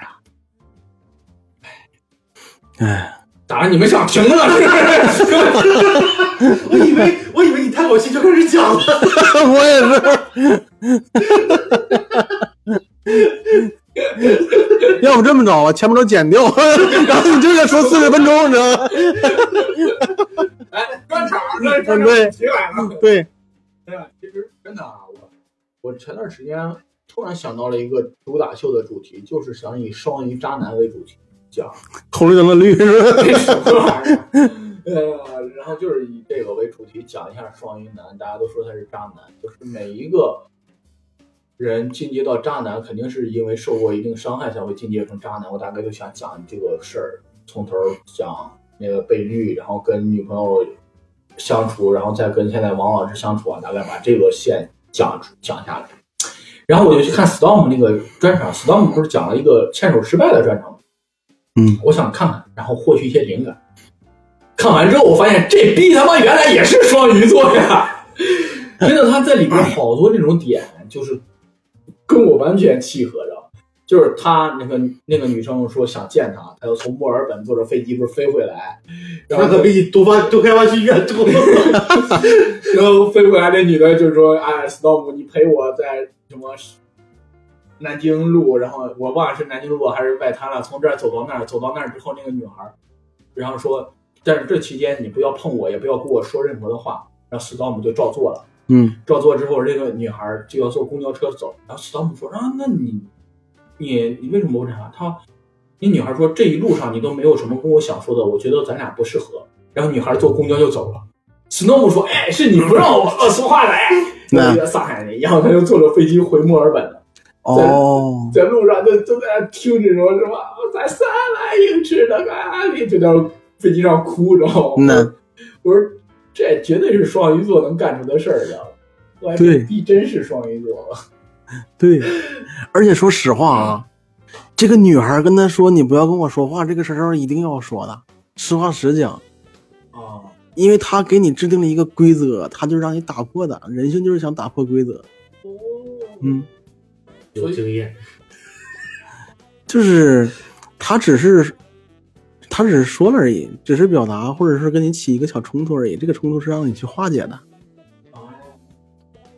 Speaker 1: 呀，
Speaker 3: 哎，
Speaker 1: 咋了？你们想停了是不是？
Speaker 2: 我以为我以为你叹口气就开始讲了，
Speaker 3: 我也是。 要不这么着吧，前面都剪掉， 然后你这个说四十分钟，你知道吗？
Speaker 1: 哎，专场专场
Speaker 3: 对
Speaker 1: 起来了。
Speaker 3: 对，
Speaker 1: 对吧？其实真的啊，我我前段时间突然想到了一个主打秀的主题，就是想以双鱼渣男为主题讲。
Speaker 3: 红绿灯的绿是吧？
Speaker 1: 这什么玩意儿？呃，然后就是以这个为主题讲一下双鱼男，大家都说他是渣男，就是每一个人进阶到渣男，肯定是因为受过一定伤害才会进阶成渣男。我大概就想讲这个事儿，从头讲那个被绿，然后跟女朋友相处，然后再跟现在王老师相处啊，大概把这个线讲出讲下来。然后我就去看 Storm 那个专场，Storm 不是讲了一个牵手失败的专场吗？我想看看，然后获取一些灵感。看完之后，我发现这逼他妈原来也是双鱼座呀！ 真的，他在里边好多这种点，就是跟我完全契合着。就是他那个那个女生说想见他，他又从墨尔本坐着飞机不是飞回来，然 后
Speaker 2: 那可比你多发多开发区远多了。
Speaker 1: 然后飞回来那女的就说：“哎，Storm，你陪我在什么南京路，然后我忘了是南京路还是外滩了，从这儿走到那儿，走到那儿之后，那个女孩儿，然后说，但是这期间你不要碰我，也不要跟我说任何的话。”然后 Storm 就照做了，
Speaker 3: 嗯
Speaker 1: 照做之后，这个女孩儿就要坐公交车走。然后 Storm 说：“啊，那你你你为什么不这样？”她，那女孩说：“这一路上你都没有什么跟我想说的，我觉得咱俩不适合。”然后女孩坐公交就走了。Snow 说：“哎，是你不让我说话的，哎，
Speaker 3: 那
Speaker 1: 那个上海人。”然后他就坐着飞机回墨尔本了，
Speaker 3: 哦，
Speaker 1: 在路上就都在那听这种什么“咱三百英尺的咖喱”，就在飞机上哭，知道吗？
Speaker 3: 那
Speaker 1: 我说这绝对是双鱼座能干出的事儿，知道吗？我还
Speaker 3: 对
Speaker 1: 逼真是双鱼座，
Speaker 3: 对， 而且说实话啊，这个女孩跟他说你不要跟我说话，这个时候一定要说的，实话实讲，
Speaker 1: 啊，
Speaker 3: 因为他给你制定了一个规则，他就让你打破的，人性就是想打破规则，
Speaker 1: 哦，
Speaker 3: 嗯，
Speaker 2: 有经验，
Speaker 3: 就是他只是他只是说了而已，只是表达或者是跟你起一个小冲突而已，这个冲突是让你去化解的，
Speaker 1: 啊，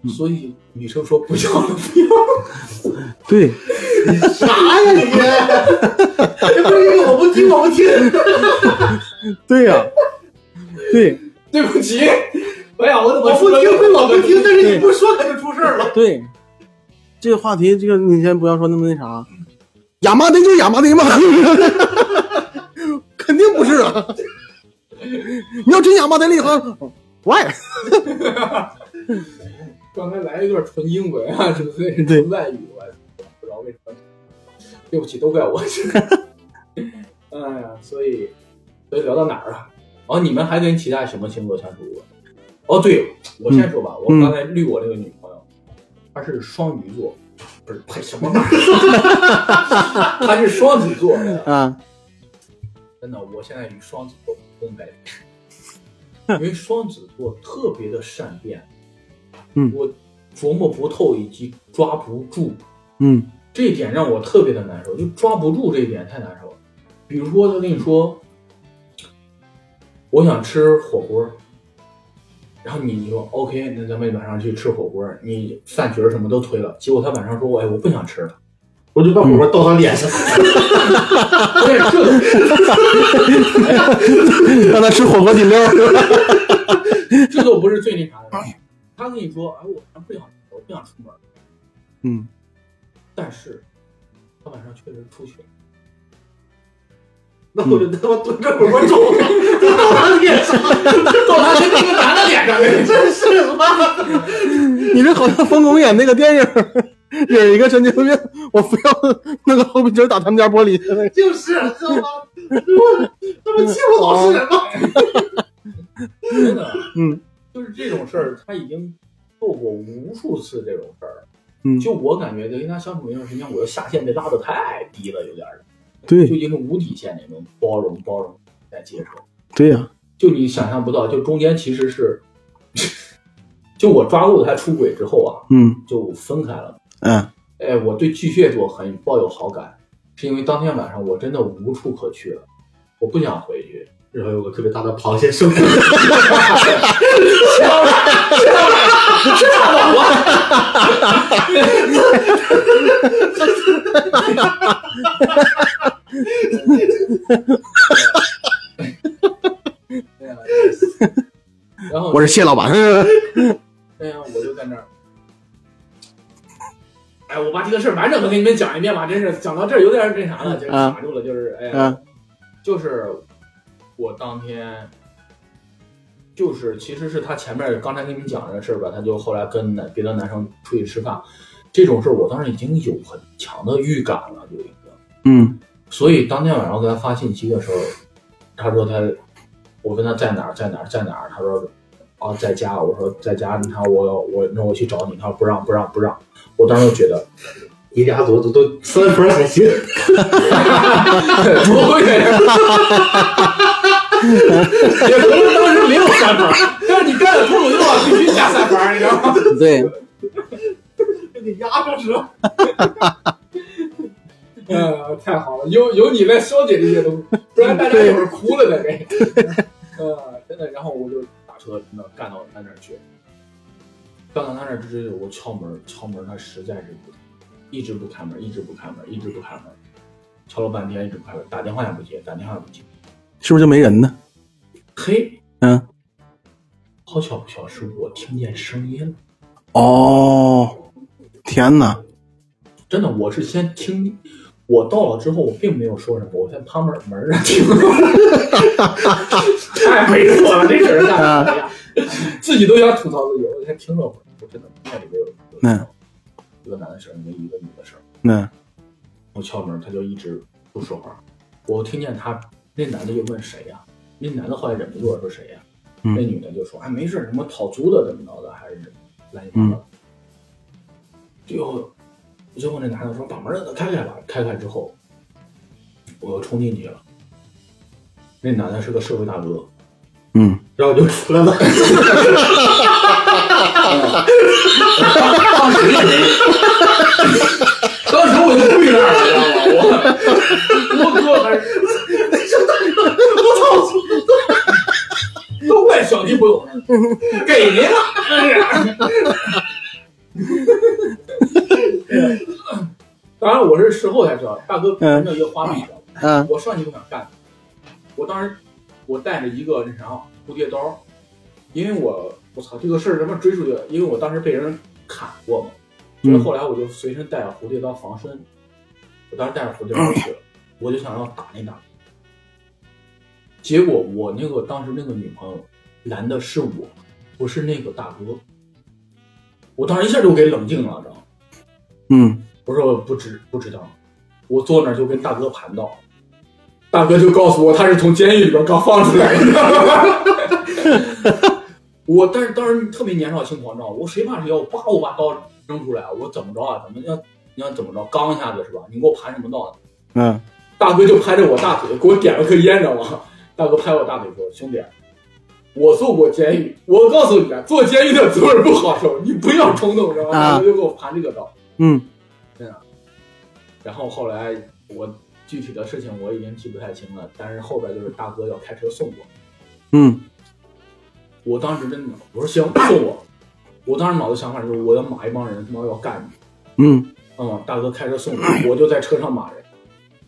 Speaker 1: 所以女生说不要了，不要
Speaker 3: 对，
Speaker 2: 啥呀你？这不是我不听我不听，
Speaker 3: 对呀、对
Speaker 1: 对不起，哎呀，我怎么
Speaker 2: 我不
Speaker 1: 说
Speaker 2: 听
Speaker 1: 了
Speaker 2: 归我不听，但是你不说可就出事儿了。
Speaker 3: 对，这个话题，这个你先不要说那么那啥，亚麻得就是亚麻得嘛， 肯定不是啊。你要真亚麻得厉害，why？
Speaker 1: 刚才来一段纯英文啊，是不是？
Speaker 3: 对
Speaker 1: 纯外语，我不知道为什么。对不起，都怪我。 哎呀，所以，所以聊到哪儿了？哦，你们还跟其他什么星座相处过？哦，对，我先说吧。我
Speaker 3: 嗯
Speaker 1: 刚才绿我那个女朋友，她是双鱼座，不是呸什么玩意儿？ 她是双子座的。
Speaker 3: 啊，
Speaker 1: 真的，我现在与双子座不共戴天，因为双子座特别的善变，
Speaker 3: 嗯
Speaker 1: 我琢磨不透以及抓不住，
Speaker 3: 嗯
Speaker 1: 这一点让我特别的难受，就抓不住这一点太难受了。比如说，他跟你说，我想吃火锅，然后你你说 OK，那咱们晚上去吃火锅，你饭局儿什么都推了，结果他晚上说，哎，我不想吃了，
Speaker 2: 我就把火锅倒他脸上，
Speaker 1: 不是这个
Speaker 3: 让他吃火锅底料儿，
Speaker 1: 这都不是最那啥的。他跟你说，哎，我晚上不想，我不想出门，
Speaker 3: 嗯，
Speaker 1: 但是他晚上确实出去了，
Speaker 2: 那我就他妈蹲着火锅走，就倒他脸上，
Speaker 1: 到他跟那个男的脸上了。
Speaker 2: 真是他妈！
Speaker 3: 你这好像冯巩演那个电影儿，有一个神经病，我非要那个后鼻筋打他们家玻璃，
Speaker 2: 就是啊他妈，这不欺负老实人吗？
Speaker 1: 真的，
Speaker 3: 嗯，
Speaker 1: 就是这种事儿，他已经做过无数次这种事儿了。
Speaker 3: 嗯
Speaker 1: 就我感觉，跟他相处一段时间，我又下限这拉的太低了，有点儿，就
Speaker 3: 对
Speaker 1: 已经是无底线那种包容、包容再接受。
Speaker 3: 对呀、
Speaker 1: 就你想象不到，就中间其实是，就我抓住他出轨之后啊，
Speaker 3: 嗯
Speaker 1: 就分开了。
Speaker 3: 嗯
Speaker 1: 哎，我对巨蟹座很抱有好感，是因为当天晚上我真的无处可去了，我不想回去。
Speaker 2: 然后有个特别大的螃蟹生，
Speaker 1: 对啊， 然后
Speaker 3: 我是谢老板，
Speaker 1: 哎呀，我就在那儿。哎，我把这个事儿完整的给你们讲一遍吧，真是讲到这儿有点那啥了，就是
Speaker 3: 啊
Speaker 1: 卡住了，就是哎呀，
Speaker 3: 嗯
Speaker 1: 就是我当天，就是其实是他前面刚才跟你们讲这事儿吧，他就后来跟男别的男生出去吃饭，这种事儿我当时已经有很强的预感了，就已经。
Speaker 3: 嗯
Speaker 1: 所以当天晚上我给他发信息的时候，他说他，我问他在哪儿，在哪儿，在哪儿，他说啊在家，我说在家，你看我我那我去找你，他说不让不让不让，我当时就觉得
Speaker 2: 你俩都都都三分还行，
Speaker 1: 不会， 也可能当时没有三分，但是你干了脱口秀啊，必须加三分，你知道吗？
Speaker 3: 对，
Speaker 2: 给你压上去了。
Speaker 1: 嗯，太好了，有有你来消解这些东西，不然大家一会儿哭了再给。呃，真的，然后我就打车真的干到他那儿去，干到他那儿之后，我敲门，敲门，他实在是不，一直不开门，一直不开门，一直不开门，敲了半天一直不开门，打电话也不接，打电话也不接。
Speaker 3: 是不是就没人呢？
Speaker 1: 嘿，
Speaker 3: 嗯，
Speaker 1: 好巧不巧，是我听见声音了。
Speaker 3: 哦，天哪，
Speaker 1: 真的，我是先听，我到了之后，我并没有说什么，我先趴门门儿上听， 太猥琐了，这个人干嘛呀？自己都想吐槽自己，我先听了会儿，我真的那里边有
Speaker 3: 嗯
Speaker 1: 一个男的声音，一个女的声音，
Speaker 3: 那
Speaker 1: 我敲门，他就一直不说话，我听见他那男的就问谁呀、那男的后来忍不住了说谁呀、
Speaker 3: 嗯
Speaker 1: 那女的就说哎没事儿，什么讨租的怎么着的，还是乱七八糟的。最后，最后那男的说把门让他开开吧，开开之后，我又冲进去了。那男的是个社会大哥，
Speaker 3: 嗯，
Speaker 2: 然后就出来了，
Speaker 1: 当时就当时我就跪那儿了，你知道吗？我我哥还是都怪小弟不懂，给您了。当然，我是事后才知道，大哥真的要花臂的。
Speaker 3: 啊
Speaker 1: 我上去就想干，我当时我带着一个那啥蝴蝶刀，因为我我操这个事儿他妈追出去，因为我当时被人砍过嘛，所以
Speaker 3: 嗯
Speaker 1: 后来我就随身带着蝴蝶刀防身，我当时带着蝴蝶刀去了，我就想要打那男，结果我那个当时那个女朋友男的是我，不是那个大哥，我当时一下就给冷静了，知道吗？
Speaker 3: 嗯，
Speaker 1: 我说我不知不知道，我坐那儿就跟大哥盘道，大哥就告诉我他是从监狱里边刚放出来的。 我但是当时特别年少轻狂，你知道吗？我谁怕谁呀？我叭我把刀扔出来，我怎么着啊？怎么要你要怎么着？刚一下子是吧？你给我盘什么道啊？
Speaker 3: 嗯
Speaker 1: 大哥就拍着我大腿，给我点了颗烟，知道吗？大哥拍我大腿说：“兄弟，啊我坐过监狱，我告诉你啊，坐监狱的滋味不好受，你不要冲动，知道吗？”
Speaker 3: 啊
Speaker 1: 我就给我盘这个道。
Speaker 3: 嗯
Speaker 1: 然后后来我具体的事情我已经记不太清了，但是后边就是大哥要开车送我，
Speaker 3: 嗯
Speaker 1: 我当时真的，我说行，送我。我当时脑子想法就是，我要骂一帮人，他妈要干你。
Speaker 3: 嗯，
Speaker 1: 嗯，大哥开车送我，我就在车上骂人。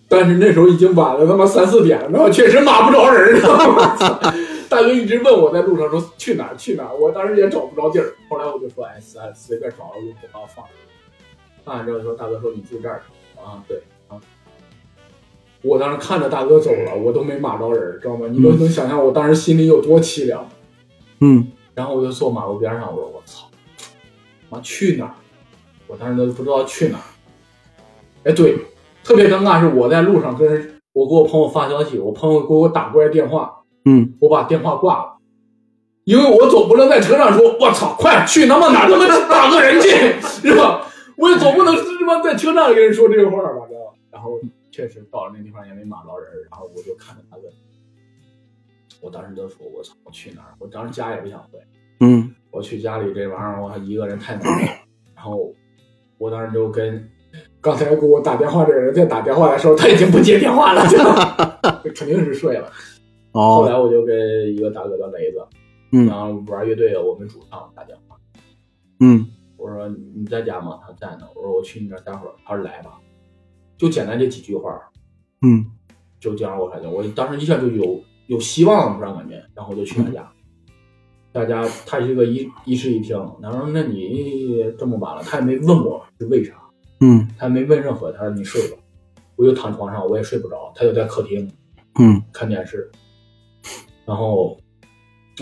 Speaker 1: 但是那时候已经晚了他妈三四点了，然后确实骂不着人了。 大哥一直问我在路上说去哪儿去哪儿，我当时也找不着地儿。后来我就说，哎，随随便找个路口把我放了。放完之后说，大哥说你住这儿啊？对啊。我当时看着大哥走了，我都没骂着人，知道吗？你都能想象我当时心里有多凄凉。
Speaker 3: 嗯，
Speaker 1: 然后我就坐马路边上，我说我操，妈去哪儿？我当时都不知道去哪儿。哎，对，特别尴尬是我在路上跟人，我给我朋友发消息，我朋友给我打过来电话，
Speaker 3: 嗯，
Speaker 1: 我把电话挂了，因为我总不能在车上说我操，快去他妈哪儿他妈打个人去，是吧？我也总不能他妈在车上跟人说这个话吧，知道吧？然后确实到了那地方也没骂着人，然后我就看着他问，我当时就说我操，我去哪儿？我当时家也不想回。
Speaker 3: 嗯，
Speaker 1: 我去家里这玩意儿，我一个人太难了。然后我当时就跟刚才给我打电话这个人在打电话的时候，他已经不接电话了，就 肯定是睡了。后
Speaker 3: 哦，
Speaker 1: 来我就跟一个大哥叫雷子，
Speaker 3: 嗯
Speaker 1: 然后玩乐队的我们主唱打电话，
Speaker 3: 嗯
Speaker 1: 我说你在家吗？他在呢。我说我去你那儿待会儿。他说来吧，就简单这几句话，
Speaker 3: 嗯
Speaker 1: 就这样我感觉我当时一下就有有希望了，这样感觉，然后我就去他家。大家，他是个一一室一厅。他说：“那你这么晚了，他也没问我是为啥，
Speaker 3: 嗯
Speaker 1: 他没问任何，他说你睡吧，我就躺床上，我也睡不着，他就在客厅
Speaker 3: 嗯
Speaker 1: 看电视，然后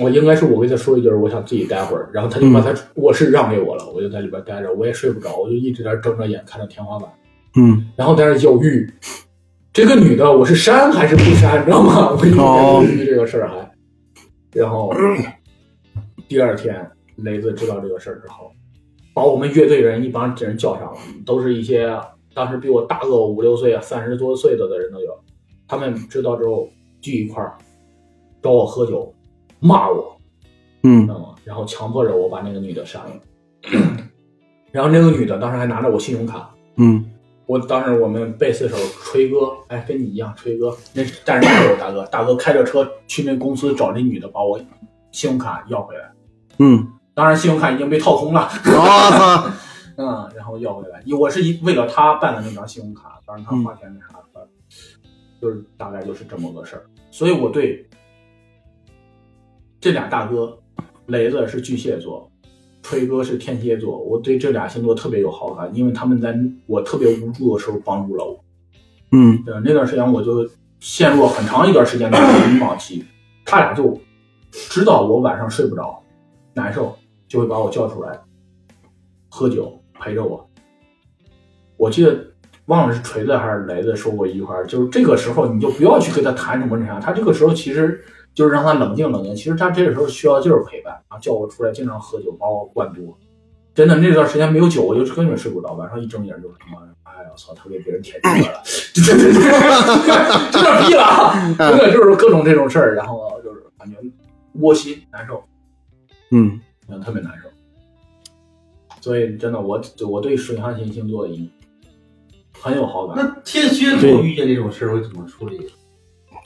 Speaker 1: 我应该是我跟他说一句，我想自己待会儿，然后他就把他卧室让给我了，我就在里边待着，我也睡不着，我就一直在那睁着眼看着天花板，
Speaker 3: 嗯，
Speaker 1: 然后在那犹豫，这个女的我是删还是不删，你知道吗？ 我一直在犹豫这个事儿还，然后第二天雷子知道这个事儿之后，把我们乐队人一帮人叫上了，都是一些当时比我大个五六岁啊，三十多岁的的人都有，他们知道之后聚一块儿找我喝酒，骂我，
Speaker 3: 嗯
Speaker 1: 知道吗？然后强迫着我把那个女的删了， 然后那个女的当时还拿着我信用卡。
Speaker 3: 嗯
Speaker 1: 我当时我们贝斯手锤哥，哎，跟你一样，锤哥，那但是那是我大哥，大哥开着车去那公司找那女的，把我信用卡要回来。
Speaker 3: 嗯，
Speaker 1: 当然，信用卡已经被套空了，
Speaker 3: 我操，
Speaker 1: 嗯，然后要回来。我是一为了他办的那张信用卡，当然他花钱那啥的，就是大概就是这么个事儿。所以我对这俩大哥，雷子是巨蟹座，吹哥是天蝎座，我对这俩星座特别有好感，因为他们在我特别无助的时候帮助了我。
Speaker 3: 嗯
Speaker 1: 对，那段时间我就陷入了很长一段时间的迷茫期。他俩就知道我晚上睡不着，难受，就会把我叫出来喝酒，陪着我。我记得忘了是锤子还是雷子说过一句话，就是这个时候你就不要去跟他谈什么那啥，他这个时候其实就是让他冷静冷静。其实他这个时候需要就是陪伴啊，叫我出来经常喝酒，把我灌多。真的那段时间没有酒，我就根本睡不着，晚上一睁眼就是他妈，哎呀，我操，他给别人舔屁股了， 有点屁了啊，
Speaker 3: 嗯
Speaker 1: 真的就是各种这种事儿，然后就是感觉窝心难受，
Speaker 3: 嗯
Speaker 1: 嗯，特别难受。所以真的，我我对水象型星座已很有好感。
Speaker 2: 那天蝎座遇见这种事儿会怎么处理？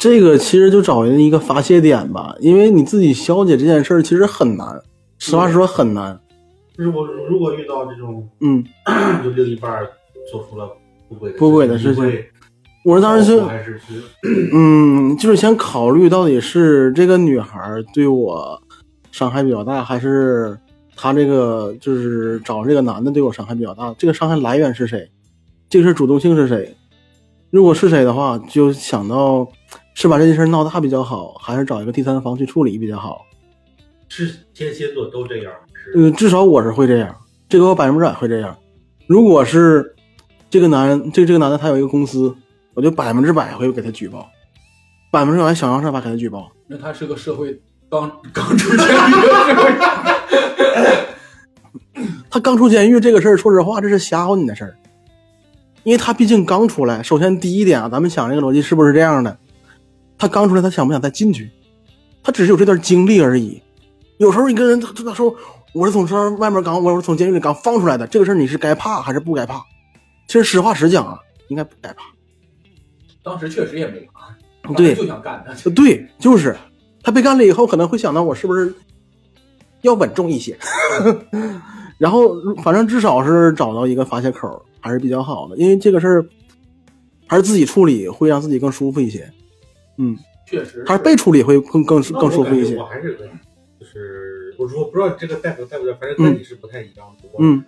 Speaker 3: 这个其实就找人一个发泄点吧，因为你自己消解这件事儿其实很难，实话实说很难。
Speaker 2: 如果如果遇到这种，
Speaker 3: 嗯，
Speaker 2: 就另一半儿做出了不轨
Speaker 3: 不轨的事情我是当时
Speaker 2: 是
Speaker 3: 就
Speaker 2: 还是去
Speaker 3: 嗯，就是先考虑到底是这个女孩儿对我伤害比较大，还是她这个就是找这个男的对我伤害比较大？这个伤害来源是谁？这个事儿主动性是谁？如果是谁的话，就想到是把这件事儿闹大比较好，还是找一个第三方去处理比较好？
Speaker 2: 是天蝎座都这样，是
Speaker 3: 嗯，至少我是会这样，这个我百分之百会这样。如果是这个男人，这个这个男的他有一个公司，我就百分之百会给他举报，百分之百想方设法给他举报。
Speaker 1: 那他是个社会刚刚出监狱的社会人，
Speaker 3: 他刚出监狱这个事儿，说实话，这是吓唬你的事儿，因为他毕竟刚出来。首先第一点啊，咱们想这个逻辑是不是这样的？他刚出来，他想不想再进去？他只是有这段经历而已。有时候一个人，他他说我是从这儿外面刚，我是从监狱里刚放出来的，这个事儿你是该怕还是不该怕？其实实话实讲啊，应该不该怕。
Speaker 1: 当时确实也没啥，当时
Speaker 3: 对
Speaker 1: 就想干他。
Speaker 3: 对，就是他被干了以后，可能会想到我是不是要稳重一些。 然后反正至少是找到一个发泄口还是比较好的，因为这个事儿还是自己处理会让自己更舒服一些，
Speaker 1: 确实
Speaker 3: 还是被处理会更更
Speaker 2: 那
Speaker 3: 更舒
Speaker 2: 我
Speaker 3: 服
Speaker 2: 感
Speaker 3: 一
Speaker 2: 觉
Speaker 3: 些
Speaker 2: 我。还是跟就是我说不知道这个带不带不带，反正跟你是不太一样的。我
Speaker 3: 嗯，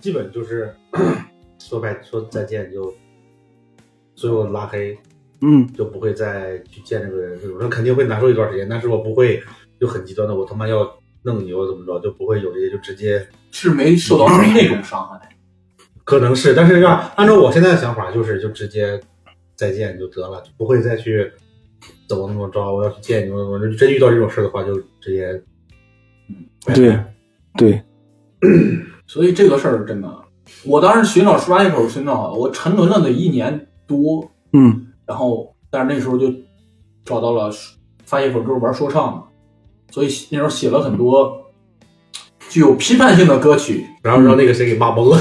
Speaker 2: 基本就是 说拜说再见就所有拉黑，
Speaker 3: 嗯，
Speaker 2: 就不会再去见这个人。有人肯定会难受一段时间，但是我不会就很极端的，我他妈要弄你，我怎么着就不会有这些，就直接
Speaker 1: 是没受到那种伤害。
Speaker 2: 可能是，但是要按照我现在的想法，就是就直接再见就得了，就不会再去怎么怎么着，我要去见你，我我真遇到这种事儿的话，就直接拜拜
Speaker 3: 对对，
Speaker 1: 所以这个事儿真的，我当时寻找十八一口寻找，我沉沦了得一年多，
Speaker 3: 嗯
Speaker 1: 然后但是那时候就找到了发泄口，就是玩说唱嘛，所以那时候写了很多具有批判性的歌曲。
Speaker 2: 然后让那个谁给骂懵 了。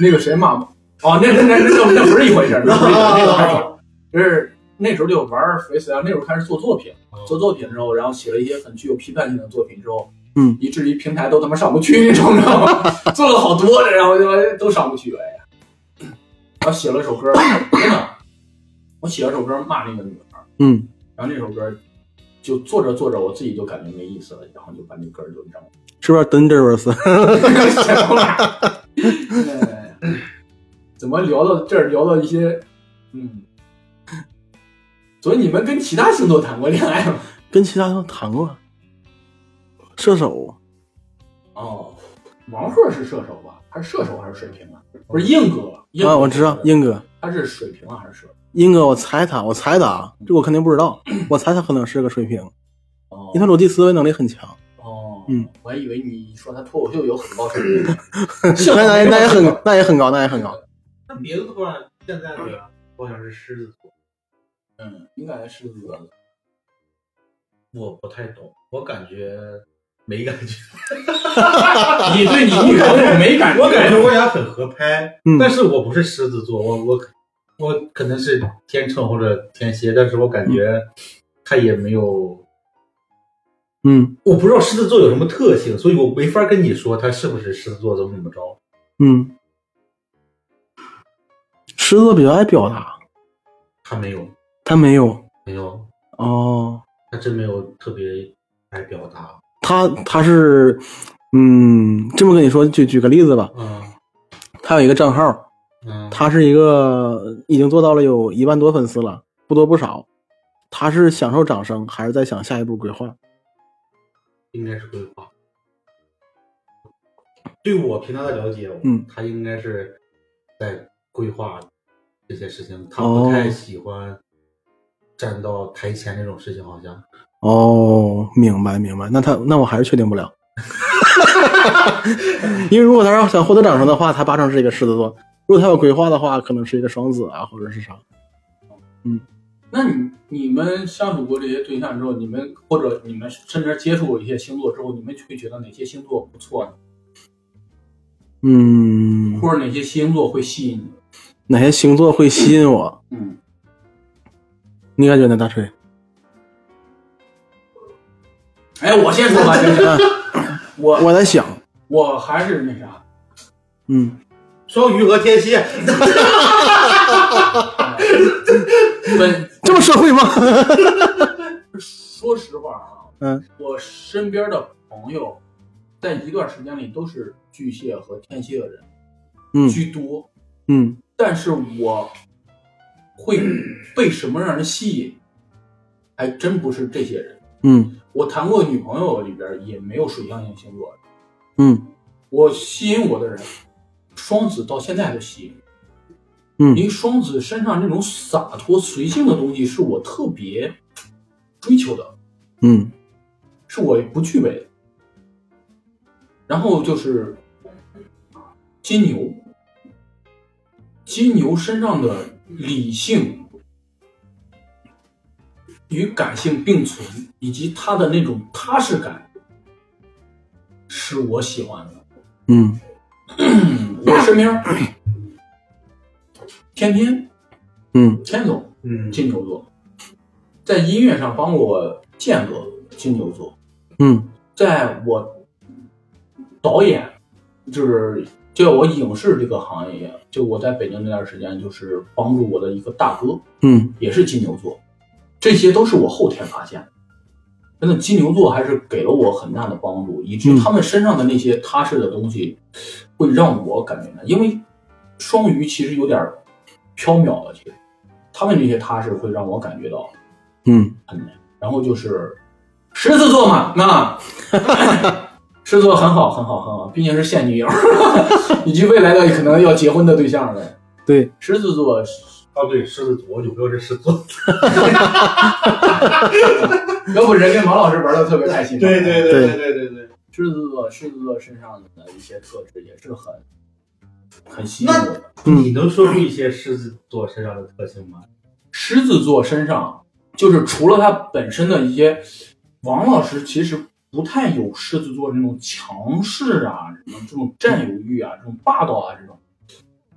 Speaker 1: 那个谁骂我，哦，那那那那那不是一回事儿，那不是一回事儿那个还好，就是那时候就玩 freestyle，那时候啊开始做作品，做作品之后，然后写了一些很具有批判性的作品之后，
Speaker 3: 嗯，
Speaker 1: 以至于平台都他妈上不去那种，你知道吗？ 做了好多，然后就都上不去，哎呀， 然后写了首歌，真的，我写了首歌骂那个女孩儿，
Speaker 3: 嗯
Speaker 1: 然后那首歌就做着做着，我自己就感觉没意思了，然后就把那歌儿就扔了。
Speaker 3: 是不是 dangerous？
Speaker 1: 哎怎么聊到这儿？聊到一些，嗯，所以你们跟其他星座谈过恋爱吗？
Speaker 3: 跟其他人谈过，射手
Speaker 1: 哦，王鹤是射手吧？还是射手还是水瓶啊？不是硬哥，硬哥
Speaker 3: 啊，我知道英哥，
Speaker 1: 他是水瓶啊还是射手？
Speaker 3: 英哥，我猜他，我猜的啊，这我肯定不知道，我猜他可能是个水瓶，
Speaker 1: 哦
Speaker 3: 因为他逻辑思维能力很强。
Speaker 1: 哦，
Speaker 3: 嗯，
Speaker 1: 我还以为你说他脱口秀有很高水平，
Speaker 3: 那那那也很那也很高，那也很高。
Speaker 2: 那别的话，现在的我想是狮子座，
Speaker 1: 嗯，应该是狮子座的。
Speaker 2: 我不太懂，我感觉没感觉，
Speaker 1: 你对你女朋友没感觉？
Speaker 2: 我感觉我俩很合拍，
Speaker 3: 嗯
Speaker 2: 但是我不是狮子座，我我我可能是天秤或者天蝎，但是我感觉他也没有，
Speaker 3: 嗯
Speaker 2: 我不知道狮子座有什么特性，所以我没法跟你说他是不是狮子座怎么怎么着。
Speaker 3: 嗯，狮子座比较爱表达，
Speaker 2: 他没有，
Speaker 3: 他没有
Speaker 2: 没有，
Speaker 3: 哦，
Speaker 2: 他真没有特别爱表达。
Speaker 3: 他他是嗯，这么跟你说，举举个例子吧，
Speaker 2: 嗯
Speaker 3: 他有一个账号，
Speaker 2: 嗯，
Speaker 3: 他是一个已经做到了有一万多粉丝了，不多不少。他是享受掌声，还是在想下一步规划？
Speaker 2: 应该是规划。对我平常的了解，
Speaker 3: 嗯，
Speaker 2: 他应该是在规划这些事情，他
Speaker 3: 哦
Speaker 2: 不太喜欢站到台前那种事情，好像。
Speaker 3: 哦，明白明白，那他那我还是确定不了，因为如果他要想获得掌声的话，他八成是一个狮子座；如果他有规划的话，可能是一个双子啊，或者是啥。
Speaker 1: 那你你们相处过这些对象之后，你们或者你们甚至接触过一些星座之后，你们会觉得哪些星座不错呢？
Speaker 3: 嗯，
Speaker 1: 或者哪些星座会吸引你？
Speaker 3: 哪些星座会吸引我？
Speaker 1: 嗯，
Speaker 3: 你感觉呢，大锤？
Speaker 1: 哎，我先说吧，这是 我
Speaker 3: 我在想，
Speaker 1: 我还是那啥，
Speaker 3: 嗯，
Speaker 2: 双鱼和天 蝎，
Speaker 1: 本
Speaker 3: 这么社会吗？
Speaker 1: 说实话啊，
Speaker 3: 嗯，
Speaker 1: 我身边的朋友，在一段时间里都是巨蟹和天蝎的人
Speaker 3: 嗯
Speaker 1: 居多，
Speaker 3: 嗯
Speaker 1: 但是我会被什么让人吸引，还真不是这些人。
Speaker 3: 嗯
Speaker 1: 我谈过女朋友里边也没有水象星星座，
Speaker 3: 嗯
Speaker 1: 我吸引我的人，双子到现在还在吸引我，因
Speaker 3: 嗯
Speaker 1: 为双子身上这种洒脱随性的东西是我特别追求的，
Speaker 3: 嗯
Speaker 1: 是我不具备的。然后就是金牛，金牛身上的理性与感性并存，以及他的那种踏实感，是我喜欢的。嗯
Speaker 3: 嗯
Speaker 1: 我身边儿天天
Speaker 3: 嗯
Speaker 1: 天总
Speaker 2: 嗯
Speaker 1: 金牛座，在音乐上帮我间隔，金牛座，
Speaker 3: 嗯
Speaker 1: 在我导演就是就我影视这个行业，就我在北京那段时间，就是帮助我的一个大哥，
Speaker 3: 嗯
Speaker 1: 也是金牛座，这些都是我后天发现的。真的，金牛座还是给了我很大的帮助，以至于
Speaker 3: 嗯
Speaker 1: 他们身上的那些踏实的东西，会让我感觉到，嗯因为双鱼其实有点飘渺了，其实他们这些踏实会让我感觉到
Speaker 3: 嗯
Speaker 1: 很难。然后就是狮子座嘛，那 狮子座很好，很好，很好，毕竟是现女友， 以及未来的可能要结婚的对象了。
Speaker 3: 对，
Speaker 1: 狮子座
Speaker 2: 哦，对，狮子座，我女朋友是狮子座。
Speaker 1: 要不人跟王老师玩的特别开心。
Speaker 2: 对对对对对对对。
Speaker 1: 狮子座，狮子座身上的一些特质也是很很吸引
Speaker 2: 那
Speaker 1: 我的。
Speaker 2: 你能说出一些狮子座身上的特性吗？
Speaker 1: 狮子座身上，就是除了他本身的一些，王老师其实不太有狮子座这种强势啊，什么这种占有欲啊，这种霸道啊这种，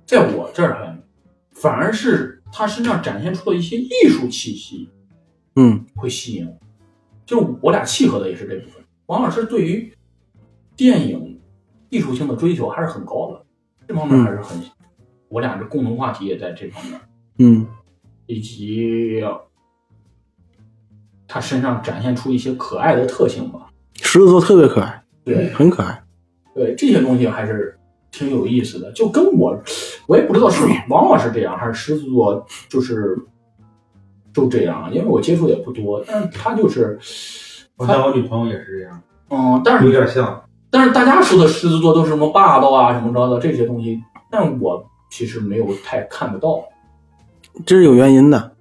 Speaker 1: 在我这儿还没有反而是他身上展现出的一些艺术气息，
Speaker 3: 嗯
Speaker 1: 会吸引我。就是我俩契合的也是这部分。王老师对于电影艺术性的追求还是很高的，这方面还是很，我俩这共同话题也在这方面，
Speaker 3: 嗯
Speaker 1: 以及他身上展现出一些可爱的特性吧。
Speaker 3: 狮子座特别可爱，
Speaker 1: 对
Speaker 3: 很可爱。
Speaker 1: 对，这些东西还是挺有意思的。就跟我，我也不知道是
Speaker 3: 嗯
Speaker 1: 王老师这样还是狮子座，就是就这样，啊因为我接触也不多，但是他就是，
Speaker 2: 我像我女朋友也是这样，
Speaker 1: 嗯，但是
Speaker 2: 有点像。
Speaker 1: 但是大家说的狮子座都是什么霸道啊、什么着的这些东西，但我其实没有太看得到。
Speaker 3: 这是有原因的，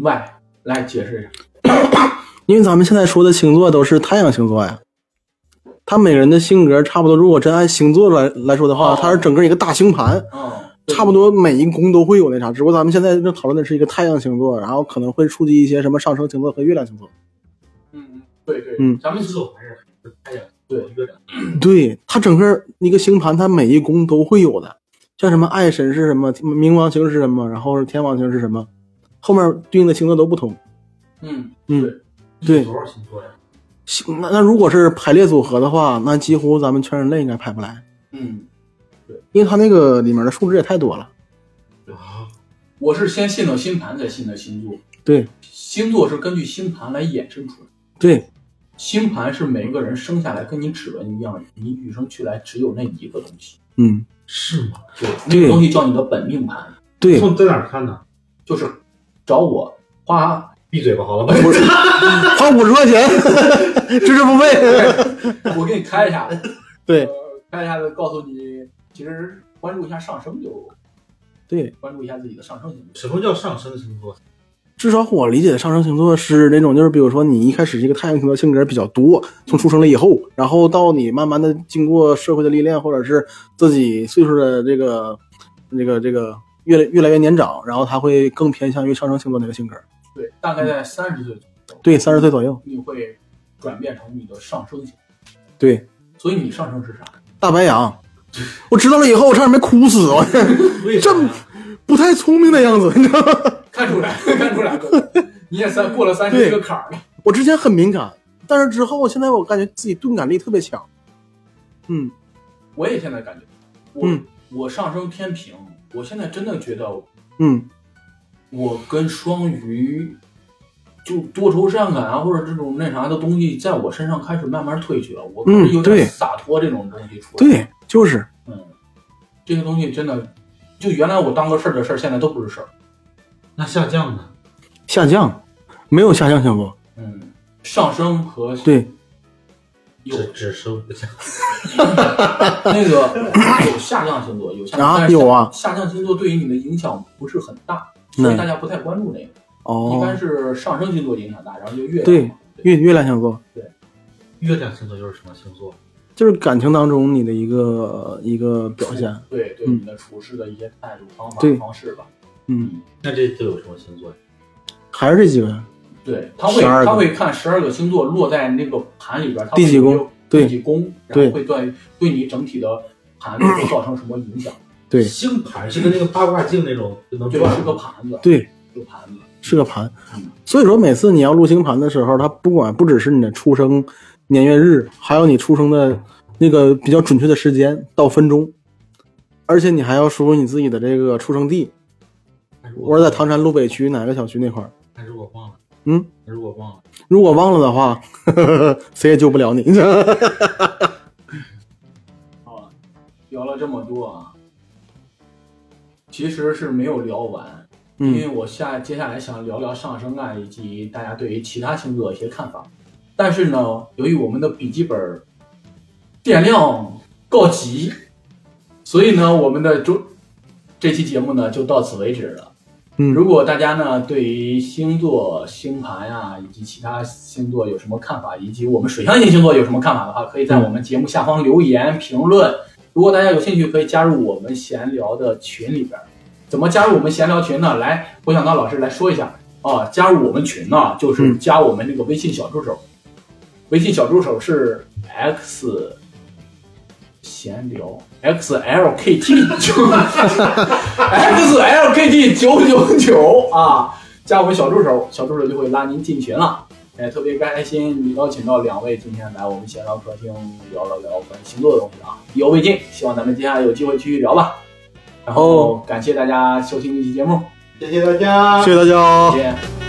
Speaker 1: 外来解释一下，
Speaker 3: 因为咱们现在说的星座都是太阳星座呀，他每个人的性格差不多。如果真按星座来来说的话
Speaker 1: 哦，
Speaker 3: 他是整个一个大星盘，
Speaker 1: 嗯，
Speaker 3: 差不多每一宫都会有那啥。只不过咱们现在正讨论的是一个太阳星座，然后可能会触及一些什么上升星座和月亮星座。
Speaker 1: 嗯，对对，
Speaker 3: 嗯
Speaker 1: 咱们
Speaker 2: 狮子座还是太阳，
Speaker 1: 对
Speaker 2: 月亮。
Speaker 3: 对，它整个一个星盘，它每一宫都会有的，像什么爱神是什么，冥王星是什么，然后是天王星是什么，后面对应的星座都不同。
Speaker 1: 嗯，
Speaker 3: 嗯，对，
Speaker 2: 多少星座呀？
Speaker 3: 星那那如果是排列组合的话，那几乎咱们全人类应该排不来，
Speaker 1: 嗯，
Speaker 3: 因为它那个里面的数值也太多了。
Speaker 2: 啊，
Speaker 1: 我是先信了星盘，再信的星座。
Speaker 3: 对
Speaker 1: 星座是根据星盘来衍生出来的，
Speaker 3: 对，
Speaker 1: 星盘是每个人生下来跟你指纹一样，你与生俱来只有那一个东西，
Speaker 3: 嗯，
Speaker 2: 是吗？
Speaker 1: 对，那
Speaker 3: 对
Speaker 1: 个东西叫你的本命盘，
Speaker 3: 对，
Speaker 2: 从在哪儿看呢？
Speaker 1: 就是找我花
Speaker 2: 闭嘴吧，好了吧。
Speaker 3: 不是花五十块钱， 知识付费。
Speaker 1: 我给你开一下，
Speaker 3: 对
Speaker 1: 开一下子告诉你，其实关注一下上升就
Speaker 3: 对，
Speaker 1: 关注一下自己的上升星座。
Speaker 2: 什么叫上升星座？
Speaker 3: 至少我理解的上升星座是那种，就是比如说你一开始这个太阳星座性格比较多，从出生了以后，然后到你慢慢的经过社会的历练，或者是自己岁数的这个、这个、这个越来越来越年长，然后他会更偏向于上升星座那个性格。
Speaker 1: 对，大概在三十岁左右，
Speaker 3: 对，三十岁左右，
Speaker 1: 你会转变成你的上升星座。
Speaker 3: 对，
Speaker 1: 所以你上升是啥？
Speaker 3: 大白羊。我知道了以后，我差点没哭死，我
Speaker 2: 为啥呀？
Speaker 3: 不太聪明的样子，你知道吗？
Speaker 1: 看出来， 看出来，哥们你也三过了三十
Speaker 3: 对
Speaker 1: 这个坎儿了。
Speaker 3: 我之前很敏感，但是之后现在我感觉自己钝感力特别强。嗯
Speaker 1: 我也现在感觉，我、
Speaker 3: 嗯
Speaker 1: 我上升天平，我现在真的觉得
Speaker 3: 嗯
Speaker 1: 我跟双鱼。就多愁善感啊，或者这种那啥的东西，在我身上开始慢慢退去了。我
Speaker 3: 嗯
Speaker 1: 有
Speaker 3: 对
Speaker 1: 点洒脱这种东西出来。
Speaker 3: 对，就是
Speaker 1: 嗯，这个东西真的，就原来我当个事儿的事儿，现在都不是事儿。
Speaker 2: 那下降呢？
Speaker 3: 下降，没有下降星座。
Speaker 1: 嗯，上升和
Speaker 3: 对，
Speaker 1: 有
Speaker 2: 只只升不降。
Speaker 1: 那个 有下降星座，有下降
Speaker 3: 啊
Speaker 1: 但是
Speaker 3: 有啊嗯
Speaker 1: 下降星座对于你的影响不是很大，所以大
Speaker 3: 那
Speaker 1: 家不太关注那个。一般
Speaker 3: 哦，
Speaker 1: 是上升星座影响大，然后就月亮
Speaker 3: 对
Speaker 1: 嘛
Speaker 3: 月月亮星座
Speaker 2: 月亮星座又是什么星座？
Speaker 3: 就是感情当中你的一个一个表现。
Speaker 1: 对对
Speaker 3: 嗯
Speaker 1: 你的处事的一些态度、方法
Speaker 3: 对、
Speaker 1: 方式吧。
Speaker 3: 嗯，
Speaker 2: 那这都有什么星座呀？
Speaker 3: 还是这几个呀？
Speaker 1: 对，他会
Speaker 3: 嗯12个
Speaker 1: 他会看十二个星座落在那个盘里边，他
Speaker 3: 第几宫对
Speaker 1: 第几宫，然
Speaker 3: 对
Speaker 1: 后会对对你整体的盘会造成什么 影响？
Speaker 3: 对
Speaker 2: 星盘是跟那个八卦镜那种就能
Speaker 1: 对，
Speaker 2: 转
Speaker 1: 是个盘子，
Speaker 3: 对，
Speaker 1: 有盘子。
Speaker 3: 是个盘。所以说，每次你要录星盘的时候，它不管不只是你的出生年月日，还有你出生的那个比较准确的时间到分钟，而且你还要输入你自己的这个出生地，
Speaker 2: 但是
Speaker 3: 我是在唐山路北区哪个小区那块儿。
Speaker 2: 但是我忘了，
Speaker 3: 嗯，
Speaker 2: 但是我忘了，
Speaker 3: 如果忘了的话， 谁也救不了你。
Speaker 1: 啊，聊了这么多啊，其实是没有聊完，因为
Speaker 3: 嗯
Speaker 1: 我下接下来想聊聊上升啊，以及大家对于其他星座的一些看法。但是呢，由于我们的笔记本儿电量告急，所以呢，我们的周这期节目呢就到此为止了。
Speaker 3: 嗯
Speaker 1: 如果大家呢对于星座、星盘呀、以及其他星座有什么看法，以及我们水象星座有什么看法的话，可以
Speaker 3: 嗯
Speaker 1: 在我们节目下方留言评论。如果大家有兴趣，可以加入我们闲聊的群里边儿。怎么加入我们闲聊群呢？来，我想当老师来说一下啊，加入我们群呢、就是
Speaker 3: 嗯
Speaker 1: 加我们这个微信小助手，微信小助手是 X 闲聊 XLKT 九 XLKT 九九九啊，加我们小助手，小助手就会拉您进群了。哎，特别开心，邀请到两位今天来我们闲聊客厅聊了聊关于星座的东西啊，意犹未尽，希望咱们接下来有机会继续聊吧。然后感谢大家收听这期节目，
Speaker 2: 谢谢大家
Speaker 3: 谢谢大家哦。
Speaker 1: 再见。